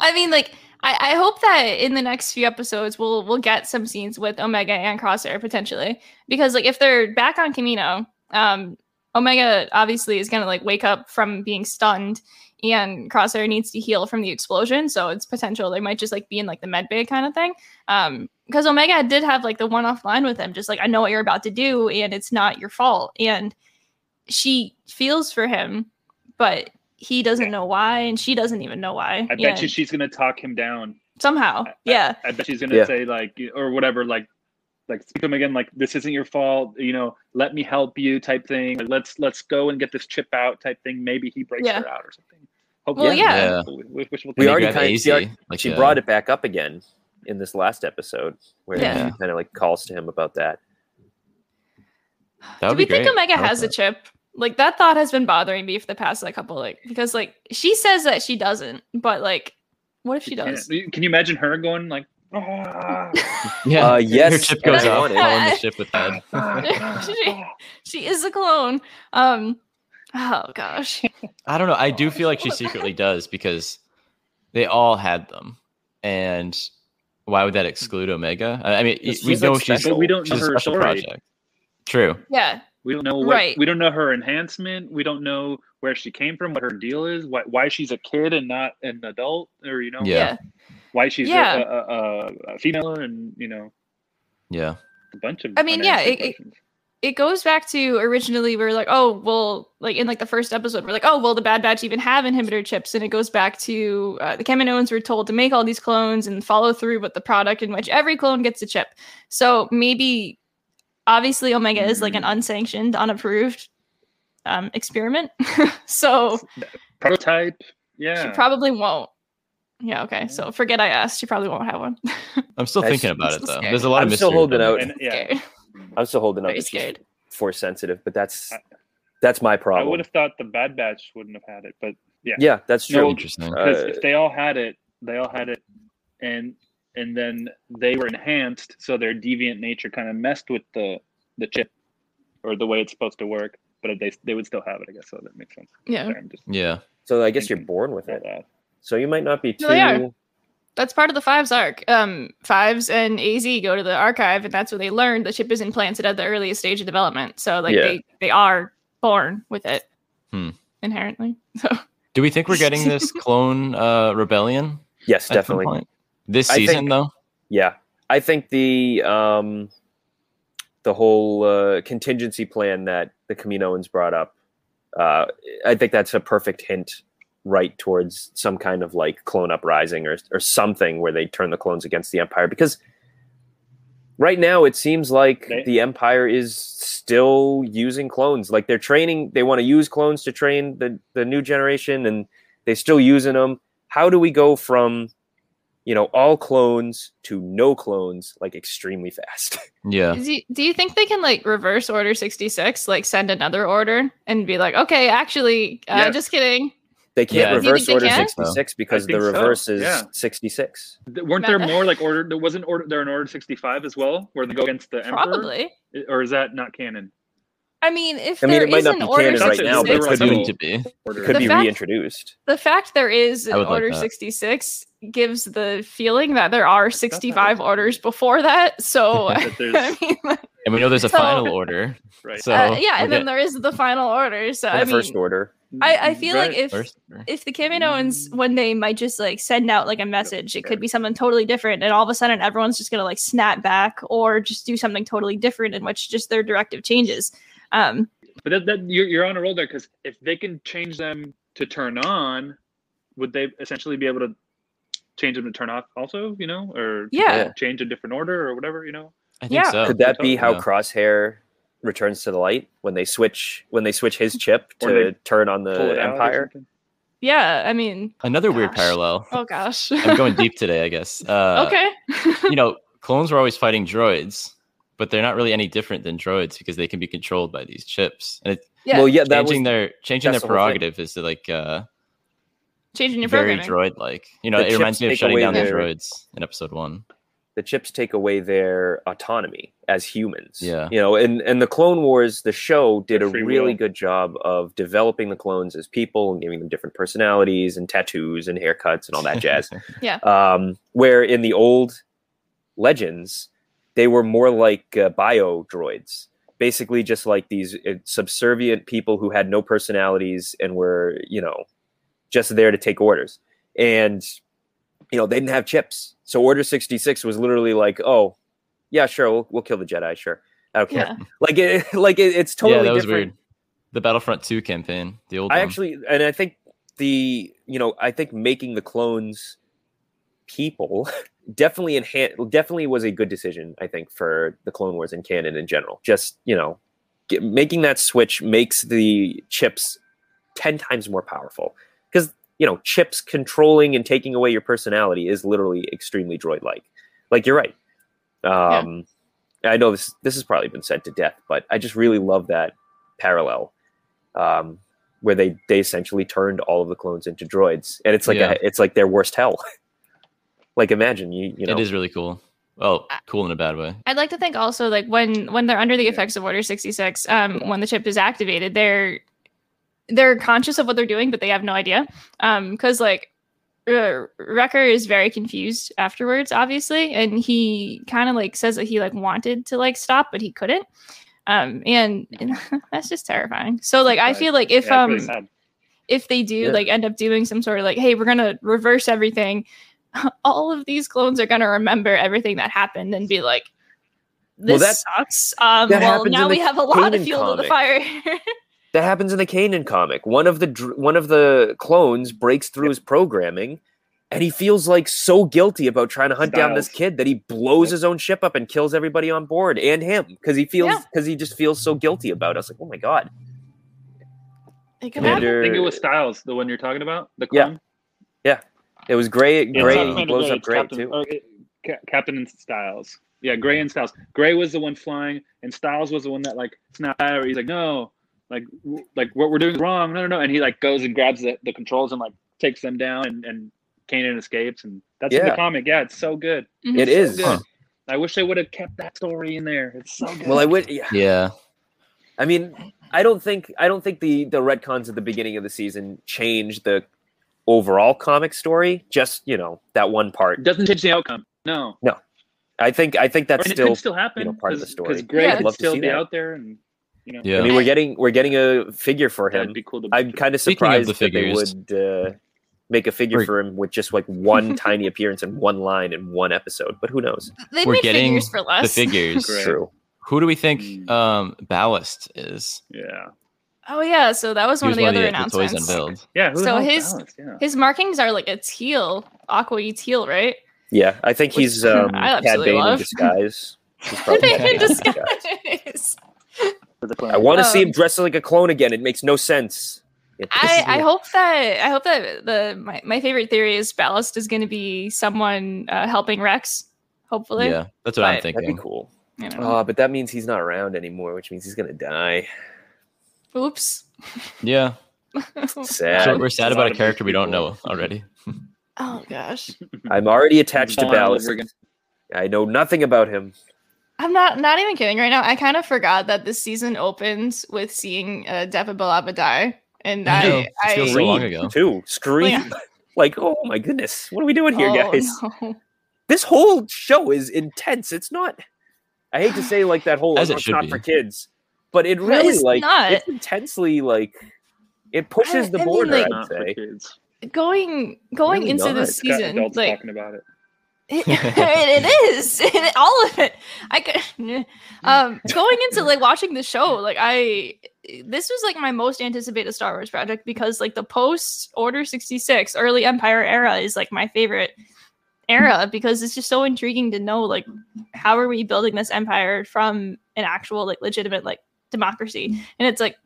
S5: I mean, like, I, I hope that in the next few episodes we'll we'll get some scenes with Omega and Crosshair potentially because like if they're back on Camino, um, Omega obviously is gonna like wake up from being stunned, and Crosshair needs to heal from the explosion, so it's potential they might just like be in like the med bay kind of thing. Um, because Omega did have like the one off line with him, just like I know what you're about to do, and it's not your fault, and she feels for him, but he doesn't know why, and she doesn't even know why.
S1: I bet
S5: and
S1: you she's gonna talk him down.
S5: somehow,
S1: I- I-
S5: yeah.
S1: I bet she's gonna
S2: Yeah.
S1: say like or whatever like like speak to him again like this isn't your fault you know let me help you type thing like, let's let's go and get this chip out type thing maybe he breaks
S5: Yeah.
S1: her out or something. Hopefully,
S5: Well,
S3: Yeah.
S5: yeah.
S1: We, we,
S2: We
S3: And they
S2: already
S3: grab
S2: kinda- she
S3: AZ,
S2: already-
S3: like,
S2: she
S3: uh,
S2: brought it back up again in this last episode where
S5: Yeah.
S2: she kind of like calls to him about that.
S3: That would
S5: Do we
S3: be great.
S5: think Omega
S3: I like
S5: has
S3: that.
S5: a chip? Like that thought has been bothering me for the past like couple like because like she says that she doesn't, but like what if she does?
S1: Can, you imagine her going like? "Ah,
S3: Yeah.
S2: Uh,
S3: her- Her
S2: yes,
S3: chip
S2: I
S3: goes off.
S2: want
S3: On
S2: it.
S3: the ship with
S1: ah,
S3: that.
S1: ah, ah."
S5: She is a clone. Um oh gosh.
S3: I don't know. I do feel like she secretly does because they all had them, and why would that exclude Omega? I I mean,
S2: Because
S3: we
S2: she's,
S3: know
S2: like,
S3: she's
S1: But we don't know
S3: she's a
S1: her
S3: special
S1: story.
S3: project. True.
S5: Yeah.
S1: We don't know what,
S5: Right.
S1: we don't know her enhancement. We don't know where she came from, what her deal is, why, why she's a kid and not an adult, or you know,
S3: Yeah.
S5: Yeah.
S1: why she's a-
S5: Yeah.
S1: a, a, a female, and you know,
S3: Yeah.
S1: a bunch of.
S5: I mean, yeah,
S1: unanswered
S5: it- it-
S1: questions.
S5: It goes back to originally we were like, oh well, like in like the first episode, we're like, oh well, the Bad Batch even have inhibitor chips, and it goes back to uh, the Kaminoans were told to make all these clones and follow through with the product in which every clone gets a chip. So maybe obviously Omega is
S1: Mm-hmm.
S5: like an unsanctioned, unapproved um, experiment. so
S1: Prototype. Yeah.
S5: she probably won't. Yeah, okay. So forget I asked. She probably won't have one.
S3: I'm still
S2: That's-
S3: thinking about it
S5: that's
S3: though.
S5: scary.
S3: There's a lot
S2: I'm
S3: of
S2: still
S3: mystery.
S2: holding
S3: around
S2: out.
S3: it.
S1: and yeah,
S5: Scared.
S2: I'm still holding up.
S5: Very scared.
S2: Force sensitive, but that's
S1: I-
S2: that's my
S1: I
S2: problem.
S1: would have thought the Bad Batch wouldn't have had it, but yeah.
S2: yeah, that's
S1: No,
S2: true.
S3: Interesting.
S2: Uh,
S1: because if they all had it, they all had it, and and then they were enhanced, so their deviant nature kind of messed with the the chip or the way it's supposed to work. But they they would still have it, I guess. So that makes sense.
S5: Yeah.
S1: Sorry, I'm just
S3: yeah.
S2: so I guess you're born with it.
S1: that.
S2: So you might not be too.
S5: No, they are. That's part of the Fives arc. Um, Fives and AZ go to the archive, and that's where they learn the chip is implanted at the earliest stage of development. So like
S2: Yeah.
S5: they they are born with it
S3: Hmm.
S5: inherently. So
S3: Do we think we're getting this clone uh, rebellion?
S2: Yes,
S3: at some
S2: definitely.
S3: point? This
S2: I
S3: season
S2: think-
S3: though.
S2: Yeah, I think the um, the whole uh, contingency plan that the Caminoans brought up, uh, I think that's a perfect hint right towards some kind of like clone uprising or or something where they turn the clones against the Empire because right now it seems like
S1: They-
S2: the Empire is still using clones. Like they're training, they want to use clones to train the the new generation, and they're still using them. How do we go from you know, all clones to no clones, like extremely fast.
S3: Yeah.
S5: Is he- do you think they can like reverse order 66, like send another order and be like, okay, actually, uh,
S1: Yes.
S5: just kidding.
S2: They can't
S3: Yeah, I
S2: reverse
S5: think they
S2: order
S5: can?
S2: 66 because the
S1: think so, Oh,
S2: reverse is
S1: yeah.
S2: 66.
S1: Th- Weren't there
S5: Matt-
S1: more like order? There wasn't order. There an order sixty five as well, where they go against the emperor,
S5: Probably.
S1: I- or is that not canon?
S5: I mean, if
S2: I mean,
S5: there
S2: it might
S5: is
S2: not
S5: an
S2: be
S5: order
S2: canon right now, but it
S5: 66,
S2: could
S3: It's
S1: They were
S3: soon
S2: be,
S3: to be.
S1: Order
S2: could
S5: The
S2: be
S5: fact-
S2: reintroduced.
S5: the fact there is an
S3: I would like
S5: order
S3: that.
S5: 66 gives the feeling that there are 65 orders before that. So,
S1: that
S5: I
S1: there's
S5: mean, like,
S3: And we know there's a
S5: So-
S3: final order.
S1: right.
S3: So
S5: uh,
S3: we'll
S5: yeah, and then
S3: get
S5: there is the final order. So,
S2: And
S5: I
S2: the first
S5: mean,
S2: order.
S5: I, I feel like
S1: Right.
S5: if.
S3: first order.
S5: if the Kaminoans one day might just like send out like a message, it could be something totally different, and all of a sudden everyone's just gonna like snap back or just do something totally different in which just their directive changes. Um,
S1: But that, that you're, you're on a roll there because if they can change them to turn on, would they essentially be able to change them to turn off also? You know, or
S5: Yeah.
S1: change a different order or whatever. You know,
S3: I think
S5: yeah.
S1: Oh,
S3: so.
S2: could that be how
S3: Yeah.
S2: Crosshair returns to the light when they switch when they switch his chip
S1: Or
S2: to
S1: they
S2: turn on
S1: Pull it
S2: the
S1: out or
S2: Empire?
S1: something.
S5: yeah, I mean,
S3: Another weird
S5: Gosh.
S3: parallel.
S5: oh gosh,
S3: I'm going deep today, I guess. Uh,
S5: okay,
S3: you know, clones were always fighting droids, but they're not really any different than droids because they can be controlled by these chips. And it's
S5: yeah,
S2: Well, yeah, that was,
S3: changing their changing their
S2: that's the whole thing.
S3: prerogative is to like uh,
S5: changing your
S3: very
S5: programming.
S3: droid like. You know,
S2: The
S3: it
S2: chips
S3: reminds me of
S2: take
S3: shutting
S2: away
S3: down
S2: their-
S3: the droids in episode one.
S2: the chips take away their autonomy as humans.
S3: Yeah.
S2: You know, and, and the Clone Wars, the show did
S1: Their
S2: a
S1: free
S2: really
S1: will.
S2: good job of developing the clones as people and giving them different personalities and tattoos and haircuts and all that jazz. um, where in the old legends, they were more like uh, bio droids, basically just like these uh, subservient people who had no personalities and were, you know, just there to take orders. And, you know, they didn't have chips. So Order 66 was literally like, oh, yeah, sure, we'll, we'll kill the Jedi, sure. I don't care.
S5: Yeah,
S2: Like, it, like it, it's totally
S3: yeah, that was
S2: different.
S3: weird. The Battlefront Two campaign, the old
S2: I
S3: one.
S2: actually, and I think the you know, I think making the clones people definitely enhan definitely was a good decision. I think for the Clone Wars and canon in general, just you know, get, making that switch makes the chips ten times more powerful because you know, chips controlling and taking away your personality is literally extremely droid-like. Like you're right. Um, I know this this has probably been said to death, but I just really love that parallel. Um, where they they essentially turned all of the clones into droids, and it's like
S3: Yeah.
S2: a, it's like their worst hell. like imagine you you know
S3: It is really cool. Well, cool in a bad way.
S5: I'd like to think also like when when they're under the
S1: Yeah.
S5: effects of Order 66, um, when the chip is activated, they're they're conscious of what they're doing, but they have no idea. Um, because like uh, Wrecker is very confused afterwards, obviously, and he kind of like says that he like wanted to like stop, but he couldn't. Um, and, and that's just terrifying. So like I
S1: Right.
S5: feel like if
S1: Yeah,
S5: um
S1: it's pretty sad.
S5: if they do
S2: Yeah.
S5: like end up doing some sort of like, hey, we're gonna reverse everything, all of these clones are gonna remember everything that happened and be like,
S2: Well,
S5: this
S2: that-
S5: sucks. Um,
S2: that
S5: well,
S2: happens in
S5: now
S2: the
S5: we have a lot
S2: Kanan
S5: of fuel to
S2: comic.
S5: the fire.
S2: that happens in the Kanan comic. One of the dr- one of the clones breaks through his programming, and he feels like so guilty about trying to hunt down this
S1: Styles.
S2: kid that he blows his own ship up and kills everybody on board and him because he feels
S5: Yeah.
S2: because he just feels so guilty about us. Like, oh my god,
S5: It could happen.
S2: Commander.
S1: I think it was Styles, the one you're talking about. The
S2: Yeah.
S1: clone.
S2: It was Gray.
S1: Yeah,
S2: Gray
S1: it's not
S2: he
S1: Commander
S2: blows
S1: Gray,
S2: up
S1: it's
S2: Gray
S1: Captain,
S2: too.
S1: or, uh, Ca- Captain and Styles. Yeah, Gray and Styles. Gray was the one flying, and Styles was the one that like snapped out. of it. He's like, no, like w- like what we're doing is wrong. No, no, no. And he like goes and grabs the, the controls and like takes them down, and and Kanan escapes, and that's in
S2: Yeah.
S1: the comic. Yeah, it's so good.
S5: Mhm.
S2: It
S1: so
S2: is.
S1: good. I wish they would have kept that story in there. It's so good.
S2: Well, I would. Yeah,
S3: Yeah.
S2: I mean, I don't think I don't think the the retcons at the beginning of the season change the overall comic story. Just you know that one
S1: it
S2: part.
S1: doesn't change the outcome. No,
S2: I think I think that's
S1: and it
S2: still.
S1: could still happen.
S2: know, part of the story.
S1: because Gray
S5: Yeah. I'd
S1: could
S2: love to
S1: still
S2: see
S1: be
S2: that.
S1: out there, and you know,
S3: Yeah.
S2: I mean, we're getting we're getting a figure for him.
S1: that'd be cool to.
S2: I'm kind of
S3: Speaking of
S2: surprised
S3: the
S2: that they
S3: figures-
S2: would uh, make a figure
S3: We're-
S2: for him with just like one tiny appearance and one line in one episode. But who knows?
S5: They
S3: We're
S5: made
S3: getting
S5: figures for
S3: The
S5: less.
S3: figures.
S1: Great.
S2: True.
S3: Who do we think
S2: Hmm.
S1: Mm.
S3: um, Ballast is?
S1: yeah,
S5: oh yeah, so that was
S3: He
S5: one of
S3: was
S5: the other
S3: the
S5: announcements.
S3: toys unveiled.
S1: yeah. who
S5: So
S1: the hell
S5: his-
S1: knows? yeah.
S5: His markings are like a teal. Aqua eats heel, right?
S2: Yeah, I think
S5: Which
S2: he's um,
S5: I
S2: Cad
S5: absolutely
S2: Bane in
S5: love.
S2: disguise. He's probably
S5: They
S2: Cad Bane in
S5: can disguise.
S2: I want to see
S5: Um,
S2: him dressed like a clone again. It makes no sense. It
S5: I,
S2: pisses
S5: I
S2: me-
S5: hope that I hope that the my, my favorite theory is Ballast is going to be someone uh, helping Rex. Hopefully,
S3: Yeah, that's what I'm
S5: Right.
S2: that'd be
S3: thinking.
S2: cool.
S5: I don't know.
S2: Oh, but that means he's not around anymore, which means he's gonna die.
S5: Oops.
S3: Yeah.
S2: Sad.
S3: So we're sad
S1: There's a lot
S3: about a
S1: of
S3: character we
S1: people.
S3: don't know already.
S5: oh gosh,
S2: I'm already attached to
S1: Vaughn all
S2: Ballast.
S1: over again.
S2: I know nothing about him.
S5: I'm not not even kidding right now. I kind of forgot that this season opens with seeing uh, Depa Balaba die, and
S3: I know.
S5: I,
S3: It
S5: I
S3: feels So long ago.
S2: too. Scream. Like, oh my goodness, what are we doing here,
S5: Oh,
S2: guys?
S5: no.
S2: This whole show is intense. It's not. I hate to say like that whole
S3: As it
S2: "Oh, it's
S3: should
S2: not
S3: be.
S2: for kids, but it
S5: But
S2: really
S5: it's
S2: like
S5: not.
S2: it's intensely like it pushes
S5: I-
S2: the
S5: I mean,
S2: border.
S5: like-
S1: Not
S2: I'd
S1: for
S2: say.
S1: kids.
S5: Going going
S2: Really
S5: into
S2: not.
S5: this
S2: It's
S1: It's got
S5: season,
S1: adults
S5: like
S1: talking about it.
S5: it, it it is It- all of it i could um going into like watching the show like i this was like my most anticipated star wars project because like the post order 66 early empire era is like my favorite era because it's just so intriguing to know like how are we building this empire from an actual like legitimate like democracy and it's like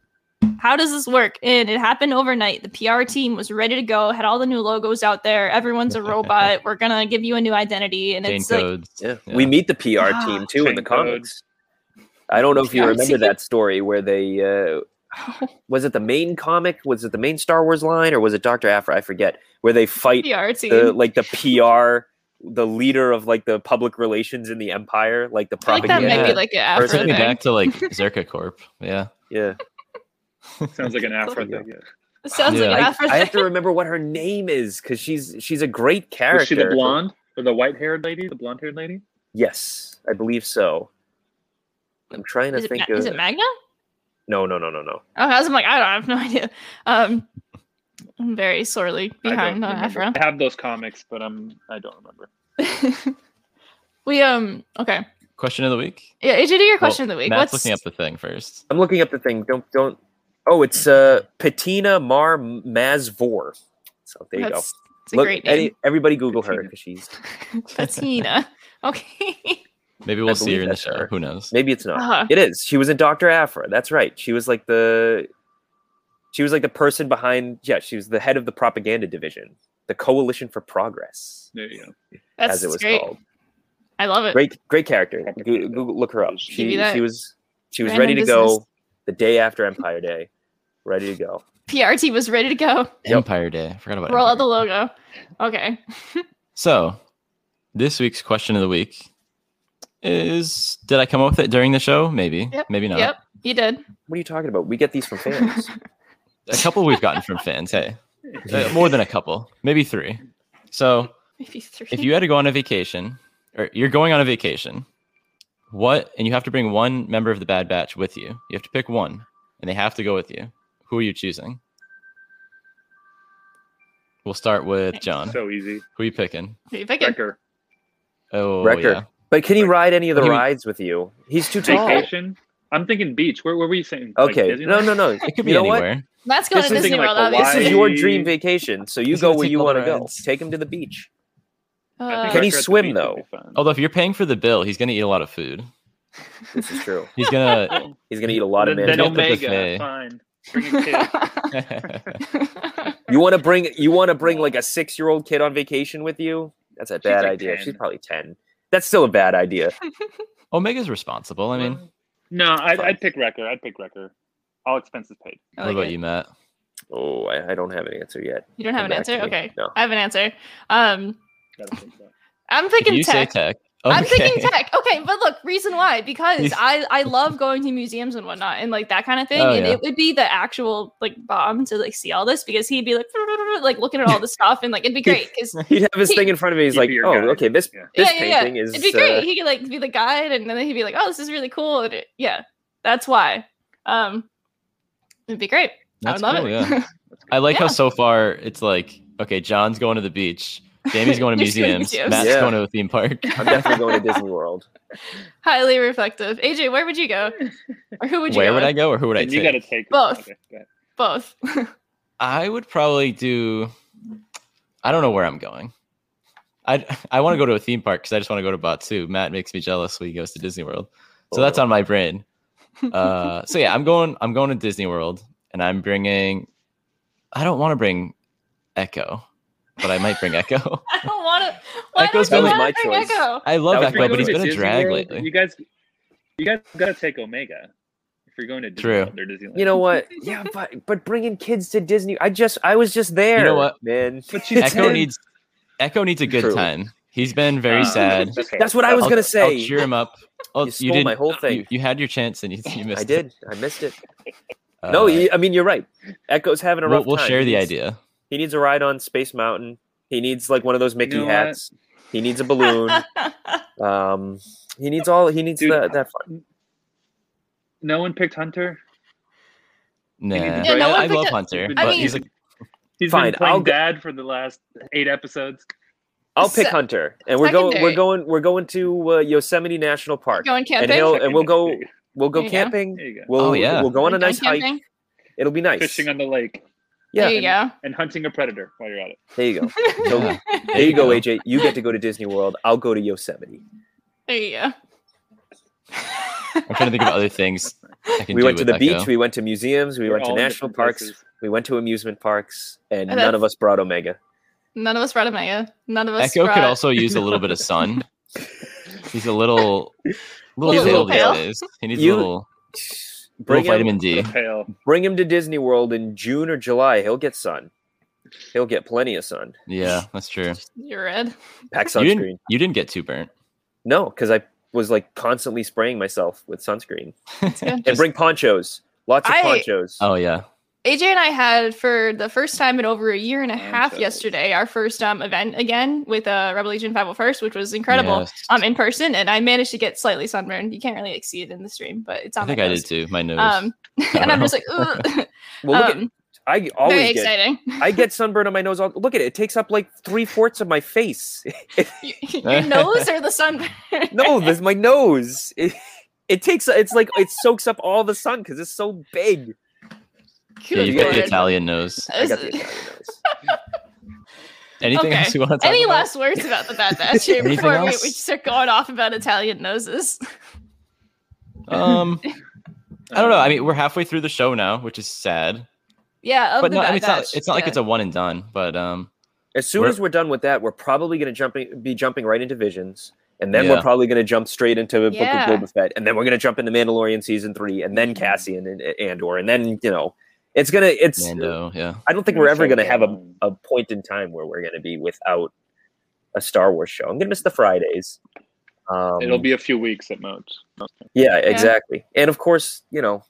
S5: how does this work and it happened overnight the pr team was ready to go had all the new logos out there everyone's a robot we're gonna give you a new identity and
S3: Chain
S5: it's like
S3: codes.
S2: Yeah.
S3: Yeah.
S2: We meet the PR
S5: Ah.
S2: team too in the
S1: Chain
S2: comics. I don't know if you
S5: Yeah.
S2: remember that story where they uh, was it the main comic? Was it the main Star Wars line or was it Doctor Afra? I forget. Where they fight
S5: PR team
S2: the like the PR, the leader of like the public relations in the Empire, like the
S5: I feel like that
S2: propaganda.
S5: might
S3: Yeah.
S5: be like an
S2: Or
S5: afro
S3: Took me
S5: thing.
S3: back to like Zerka Corp. Yeah.
S2: yeah,
S1: Sounds like an afro
S2: Yeah.
S1: thing. Yeah.
S5: It sounds
S3: Yeah.
S5: like an
S2: I,
S5: afro
S2: I have
S5: thing.
S2: to remember what her name is because she's she's a great character.
S1: Was she the blonde or the white-haired lady? The blonde-haired lady?
S2: Yes, I believe so. I'm trying to
S5: Is it,
S2: think
S5: Ma-
S2: of
S5: is it Magna?
S2: no, no, no, no, no.
S5: Oh, I was I'm like, I don't I have no idea. Um, I'm very sorely
S1: I don't
S5: behind on
S1: remember.
S5: Afro.
S1: I have those comics, but I'm I don't remember.
S5: we um okay.
S3: Question of the week.
S5: Yeah, AJ, do your
S3: Well,
S5: question of the week.
S3: Matt's
S5: What's
S3: looking up the thing first.
S2: I'm looking up the thing. Don't don't. Oh, it's uh Patina Mar Mazvor. So there you go.
S5: that's, It's a
S2: Look,
S5: great name.
S2: any- everybody Google her
S1: Patina.
S2: because she's
S5: Patina. Okay.
S3: Maybe we'll see
S2: believe
S3: her in the
S2: that's
S3: show.
S2: her.
S3: Who knows?
S2: maybe it's not.
S5: Uh-huh.
S2: It is. She was in Doctor Afra. That's right. She was like the. She was like the person behind. Yeah, she was the head of the propaganda division, the Coalition for Progress,
S1: There you go.
S5: That's
S2: as it was
S5: great.
S2: called.
S5: I love it.
S2: Great, great character. Go-
S1: Propaganda.
S2: Google, look her up.
S5: Give me
S2: She
S5: that
S2: she was she was
S5: random
S2: ready to
S5: business.
S2: go the day after Empire Day, ready to go.
S5: PRT was ready to go.
S2: Yep.
S3: Empire Day. I forgot about
S5: Roll out
S3: Empire.
S5: the logo. Okay.
S3: So, this week's question of the week is Did I come up with it during the show? Maybe.
S5: Yep.
S3: Maybe not.
S5: Yep. You did.
S2: What are you talking about? We get these from fans.
S3: A couple we've gotten from fans. Hey, Uh, more than a couple, maybe three. So,
S5: Maybe three.
S3: if you had to go on a vacation or you're going on a vacation, what, and you have to bring one member of the Bad Batch with you, you have to pick one and they have to go with you. Who are you choosing? We'll start with John.
S1: So easy.
S3: Who are you picking?
S5: Maybe if I could-
S1: Wrecker.
S3: Oh,
S2: Wrecker.
S3: yeah.
S2: but can he ride any of the
S3: What do you mean?
S2: rides with you? He's too tall.
S1: Vacation. I'm thinking beach. Where, where were you saying? Like,
S2: Okay.
S1: Disneyland?
S2: no, no, no.
S3: It could
S2: you
S3: be
S2: know what?
S3: anywhere.
S5: Let's go
S1: This
S5: to
S1: is
S5: Disney
S1: thinking,
S5: World,
S1: like,
S2: This
S5: obviously.
S2: is
S1: Hawaii.
S2: your dream vacation, so you
S3: He's
S2: go
S3: gonna
S2: where
S3: take
S2: you
S3: little
S2: want to go.
S3: rides.
S2: Take him to the beach.
S1: I think
S5: Uh,
S2: Can
S1: record
S2: he
S1: at the
S2: swim,
S1: beach would
S2: though?
S1: be fun.
S3: Although if you're paying for the bill, he's gonna eat a lot of food.
S2: This is true.
S3: He's gonna.
S2: He's gonna eat a lot of
S1: then, then
S2: man.
S3: don't- Get the
S1: Omega,
S3: buffet.
S1: fine. Bring a kid.
S2: You want to bring you want to bring like a six year old kid on vacation with you? That's a bad
S1: like
S2: idea.
S1: 10.
S2: She's probably ten. That's still a bad idea.
S3: Omega's responsible. I mean,
S1: no, I'd,
S2: Fine.
S1: I'd pick Wrecker. I'd pick Wrecker. All expenses paid.
S5: I
S3: what
S5: like
S3: about
S5: it.
S3: you, Matt?
S2: Oh, I, I don't have an answer yet.
S5: You don't have
S2: Come
S5: an
S2: back to
S5: answer?
S2: me.
S5: Okay.
S2: No.
S5: I have an answer. Um,
S1: Gotta think about it.
S5: I'm
S3: If
S5: thinking
S3: you say
S5: tech.
S3: tech.
S5: I'm thinking
S3: okay.
S5: tech. Okay, but look, reason why because
S3: He's-
S5: I I love going to museums and whatnot and like that kind of thing,
S3: Oh,
S5: and
S3: yeah.
S5: it would be the actual like bomb to like see all this because he'd be like like looking at all this stuff and like it'd be great because
S2: He'd have his thing in front of him. He's
S1: He'd
S2: like,
S1: be your
S2: oh,
S1: guide.
S2: okay, this
S1: Yeah.
S2: this
S5: yeah yeah yeah
S2: painting is
S5: it'd be
S2: uh,
S5: great. he could like be the guide and then he'd be like oh this is really cool and it- yeah that's why um it'd be great
S3: That's
S5: I would love
S3: cool,
S5: it
S3: yeah. I like how
S5: Yeah.
S3: so far it's like okay, John's going to the beach, Jamie's going to
S5: You're just going to
S3: museums,
S5: museums.
S3: Matt's
S2: Yeah.
S3: going to a theme park.
S2: I'm definitely going to Disney World.
S5: highly reflective AJ where would you go or who would you
S3: Where
S5: go
S3: would I
S5: with?
S3: go, or who would I
S1: And you
S3: take?
S1: gotta take
S5: Both.
S1: Okay, go ahead.
S5: both
S3: I would probably do. I don't know where I'm going. I I want to go to a theme park because I just want to go to Batu. Matt makes me jealous when he goes to Disney World, so that's
S2: Oh.
S3: on my brain. Uh, so yeah, I'm going. I'm going to Disney World, and I'm bringing. I don't want to bring Echo, but I might bring Echo.
S5: I don't want to why
S3: Echo's
S5: don't you
S2: really
S5: wanna
S2: my
S5: bring
S2: choice.
S5: Echo?
S3: I love
S2: That was
S3: Echo,
S2: my
S3: but he's
S2: choice.
S3: been a
S1: Disney
S3: drag
S1: World,
S3: lately.
S1: You guys, you guys gotta take Omega if you're going to Disney
S3: True.
S1: World or Disneyland.
S2: You know what? Yeah, but but bringing kids to Disney, I just I was just there.
S3: what?
S2: man?
S1: But she's
S3: Echo
S1: ten.
S3: needs Echo needs a good
S2: True.
S3: time. He's been very
S1: Uh,
S3: sad.
S1: okay.
S2: That's what I was
S3: I'll-
S2: gonna
S3: I'll
S2: say.
S3: cheer him up. Oh,
S2: You stole my whole thing.
S3: You, you had your chance and you, you missed.
S2: I
S3: it.
S2: did. I missed it.
S3: Uh,
S2: no, you- I mean you're right. Echo's having a
S3: we'll,
S2: rough
S3: we'll
S2: time.
S3: share
S2: He
S3: the
S2: needs-
S3: idea.
S2: He needs a ride on Space Mountain. He needs like one of those Mickey
S1: know what?
S2: hats. He needs a balloon. um, he needs all. He needs
S1: Dude,
S2: that. That fun.
S1: No one picked Hunter.
S3: Nah,
S1: need to
S5: Yeah, no
S3: I,
S5: one
S3: I love
S5: picked up-
S3: Hunter,
S1: I
S3: but he's
S1: mean-
S3: like,
S1: He's
S2: Fine,
S1: been playing
S2: I'll go-
S1: dad for the last eight episodes.
S2: I'll pick
S5: Se-
S2: Hunter, and we're going. We're
S5: secondary.
S2: going. We're going to uh, Yosemite National Park,
S5: Going
S2: and
S5: camping.
S2: he'll and we'll go.
S1: There
S2: We'll go
S5: There you go.
S2: camping.
S1: you go.
S2: We'll
S3: Oh, yeah.
S2: we'll go on a
S5: Going
S2: nice hike.
S5: camping?
S2: It'll be nice.
S1: Fishing on the lake
S2: yeah,
S5: There you go.
S1: and hunting a predator while you're at it.
S2: there you go. So
S3: Yeah.
S2: there you go, AJ. You get to go to Disney World. I'll go to Yosemite.
S5: There you go.
S3: I'm trying to think of other things I can
S2: We
S3: do
S2: went to
S3: with
S2: the
S3: Echo.
S2: beach. We went to museums. We
S1: They're
S2: went to
S1: all in
S2: national
S1: different
S2: parks.
S1: places.
S2: We went to amusement parks, and
S5: And
S2: none of us brought Omega.
S5: None of us brought a mega. None of us
S3: Echo
S5: brought.
S3: could also use a little bit of sun. He's a little, little
S5: He's
S3: pale
S5: a little
S3: these
S5: pale.
S3: days. He needs
S2: You-
S3: a little, little
S2: Bring him,
S3: vitamin D.
S1: The pail.
S2: bring him to Disney World in June or July. He'll get sun. He'll get plenty of sun.
S3: Yeah, that's true.
S5: You're red.
S2: Pack
S3: You
S2: sunscreen.
S3: didn't, you didn't get too burnt.
S2: No, because I was like constantly spraying myself with sunscreen.
S5: good.
S2: and
S3: Just-
S2: bring ponchos. Lots of
S5: I-
S2: ponchos.
S3: oh yeah,
S5: AJ and I had for the first time in over a year and a
S1: Time
S5: half
S1: travels.
S5: yesterday our first um event again with uh, Rebel Legion 501st, which was incredible.
S3: Yes.
S5: Um, in person, and I managed to get slightly sunburned. You can't really like, see it in the stream, but it's on.
S3: I think
S5: my
S3: I
S5: nose.
S3: did too. My nose.
S5: Um, and I'm just like, ooh,
S2: well, look
S5: um,
S2: at, I
S5: very
S2: always get.
S5: exciting.
S2: I get sunburn on my nose. All, look at it. It takes up like three fourths of my face.
S5: Your nose or the sun?
S2: no, this my nose. It, it takes. It's like it soaks up all the sun because it's so big.
S3: yeah,
S5: Good
S3: you got the
S5: lord.
S3: Italian nose.
S2: I got the
S5: This-
S2: Italian nose.
S3: Anything
S5: Okay.
S3: else you want to talk
S5: Any
S3: about?
S5: last words about the Bad Batch here
S3: Anything
S5: before we,
S3: else?
S5: we start going off about Italian noses?
S3: Um, I don't know.
S1: um,
S3: I mean, we're halfway through the show now, which is sad.
S5: Yeah, of
S3: But
S5: Oh, the
S3: no, I
S5: Bad
S3: mean, it's not.
S5: Batch,
S3: It's not like
S5: yeah.
S3: it's a one and done. But um,
S2: As soon
S3: We're-
S2: as we're done with that, we're probably going to jump in- be jumping right into Visions, and then we're
S3: Yeah.
S2: probably going to jump straight into Book
S5: Yeah.
S2: of Boba Fett, and then we're going to jump into Mandalorian season three, and then Cassian and Andor, and then you know, it's gonna. It's.
S3: Mando, yeah.
S2: I don't think we're ever
S1: So
S2: going to have a,
S1: long.
S2: a point in time where we're going to be without a Star Wars show. I'm going to miss the Fridays. Um,
S1: It'll be a few weeks at most.
S2: Yeah, exactly. And of course, you know,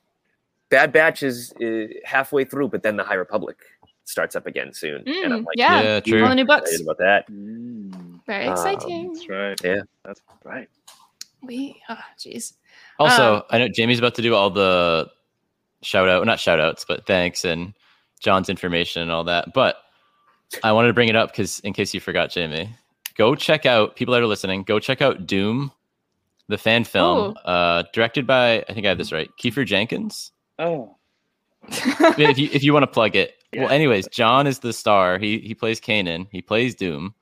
S2: Bad Batch is uh, halfway through, but then the High Republic starts up again soon. and I'm
S5: Mm,
S2: like
S5: yeah.
S3: Yeah,
S5: all
S3: true.
S5: the new books.
S2: excited about that.
S1: Mm,
S5: Very
S2: Um,
S5: exciting.
S1: that's right.
S2: Yeah.
S1: that's right.
S3: Um,
S5: We, oh, jeez.
S3: Also,
S5: Um,
S3: I know Jamie's about to do all the shout out, not shout outs, but thanks and John's information and all that. But I wanted to bring it up because in case you forgot, Jamie, go check out people that are listening, go check out Doom the fan film uh, directed by I think I have this right, Kiefer Jenkins.
S1: Oh,
S3: Yeah, if you if you want to plug it. Well,
S1: Yeah.
S3: anyways, John is the star. He he plays Kanan. He plays Doom,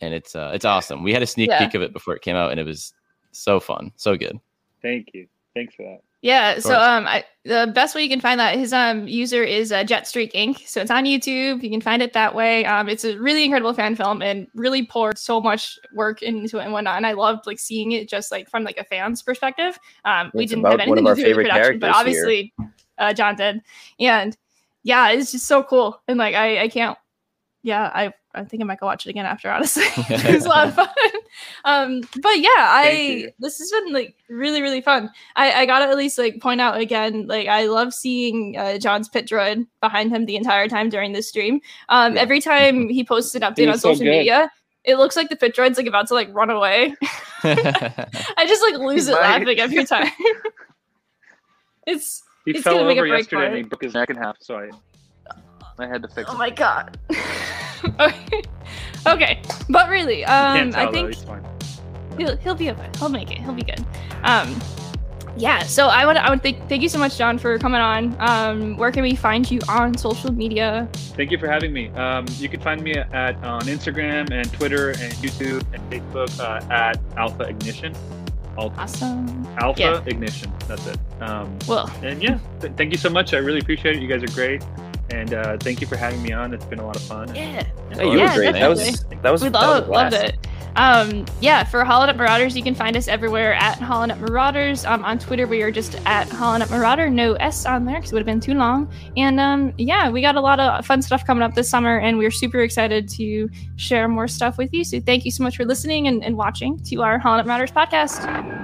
S3: and it's uh it's awesome. We had a sneak
S5: Yeah.
S3: peek of it before it came out, and it was so fun, so good.
S1: thank you. Thanks for that.
S5: Yeah. So
S3: course.
S5: um, I, the best way you can find that his um user is uh, Jetstreak Inc. So it's on YouTube. You can find it that way. Um, it's a really incredible fan film and really poured so much work into it and whatnot. And I loved like seeing it just like from like a fan's perspective. Um, we
S2: It's
S5: didn't
S2: about
S5: have
S2: one of
S5: anything
S2: our
S5: to do with the
S2: favorite
S5: production, but
S2: characters here.
S5: obviously, uh, John did. And yeah, it's just so cool. And like I, I can't. Yeah, I, I think I might go watch it again after. Honestly, it was a lot of fun. Um, but yeah,
S1: Thank
S5: I
S1: you.
S5: this has been like really really fun. I, I gotta at least like point out again, like I love seeing uh, John's pit droid behind him the entire time during this stream. Um,
S2: Yeah.
S5: every time he posts an update
S1: was
S5: on
S1: so
S5: social
S1: good.
S5: media, it looks like the pit droid's like about to like run away. I just like lose it
S1: Right.
S5: laughing every time. it's
S1: He
S5: He's
S1: fell
S5: gonna make
S1: over
S5: a break
S1: yesterday
S5: for
S1: and
S5: it.
S1: he broke his neck in half, so I, I had to fix
S5: oh
S1: it.
S5: my god. okay. okay, but really,
S1: Can't
S5: um,
S1: tell,
S5: I
S1: though,
S5: think
S1: he's fine.
S5: he'll, he'll be okay. He'll make it. He'll be good. Um, yeah. So I want to I want to thank you so much, John, for coming on. Um, where can we find you on social media?
S1: Thank you for having me. Um, you can find me at on Instagram and Twitter and YouTube and Facebook uh, at Alpha Ignition. Al-
S5: Awesome.
S1: Alpha
S5: Uh, Yeah.
S1: Ignition. That's it. Um,
S5: Well,
S1: and yeah, th- thank you so much. I really appreciate it. You guys are great, and uh, thank you for having me on. It's been a lot of fun.
S5: yeah.
S2: Hey, you
S5: Yeah,
S2: were great. That was
S1: definitely.
S2: that was
S5: We
S2: that was
S5: love,
S2: a blast.
S5: loved it. Um, yeah, for Hollowed Up Marauders, you can find us everywhere at Hollowed Up Marauders. Um, on Twitter, we are just at Hollowed Up Marauder. No S on there because it would have been too long. And um, yeah, we got a lot of fun stuff coming up this summer, and we're super excited to share more stuff with you. So thank you so much for listening and, and watching to our Hollowed Up Marauders podcast.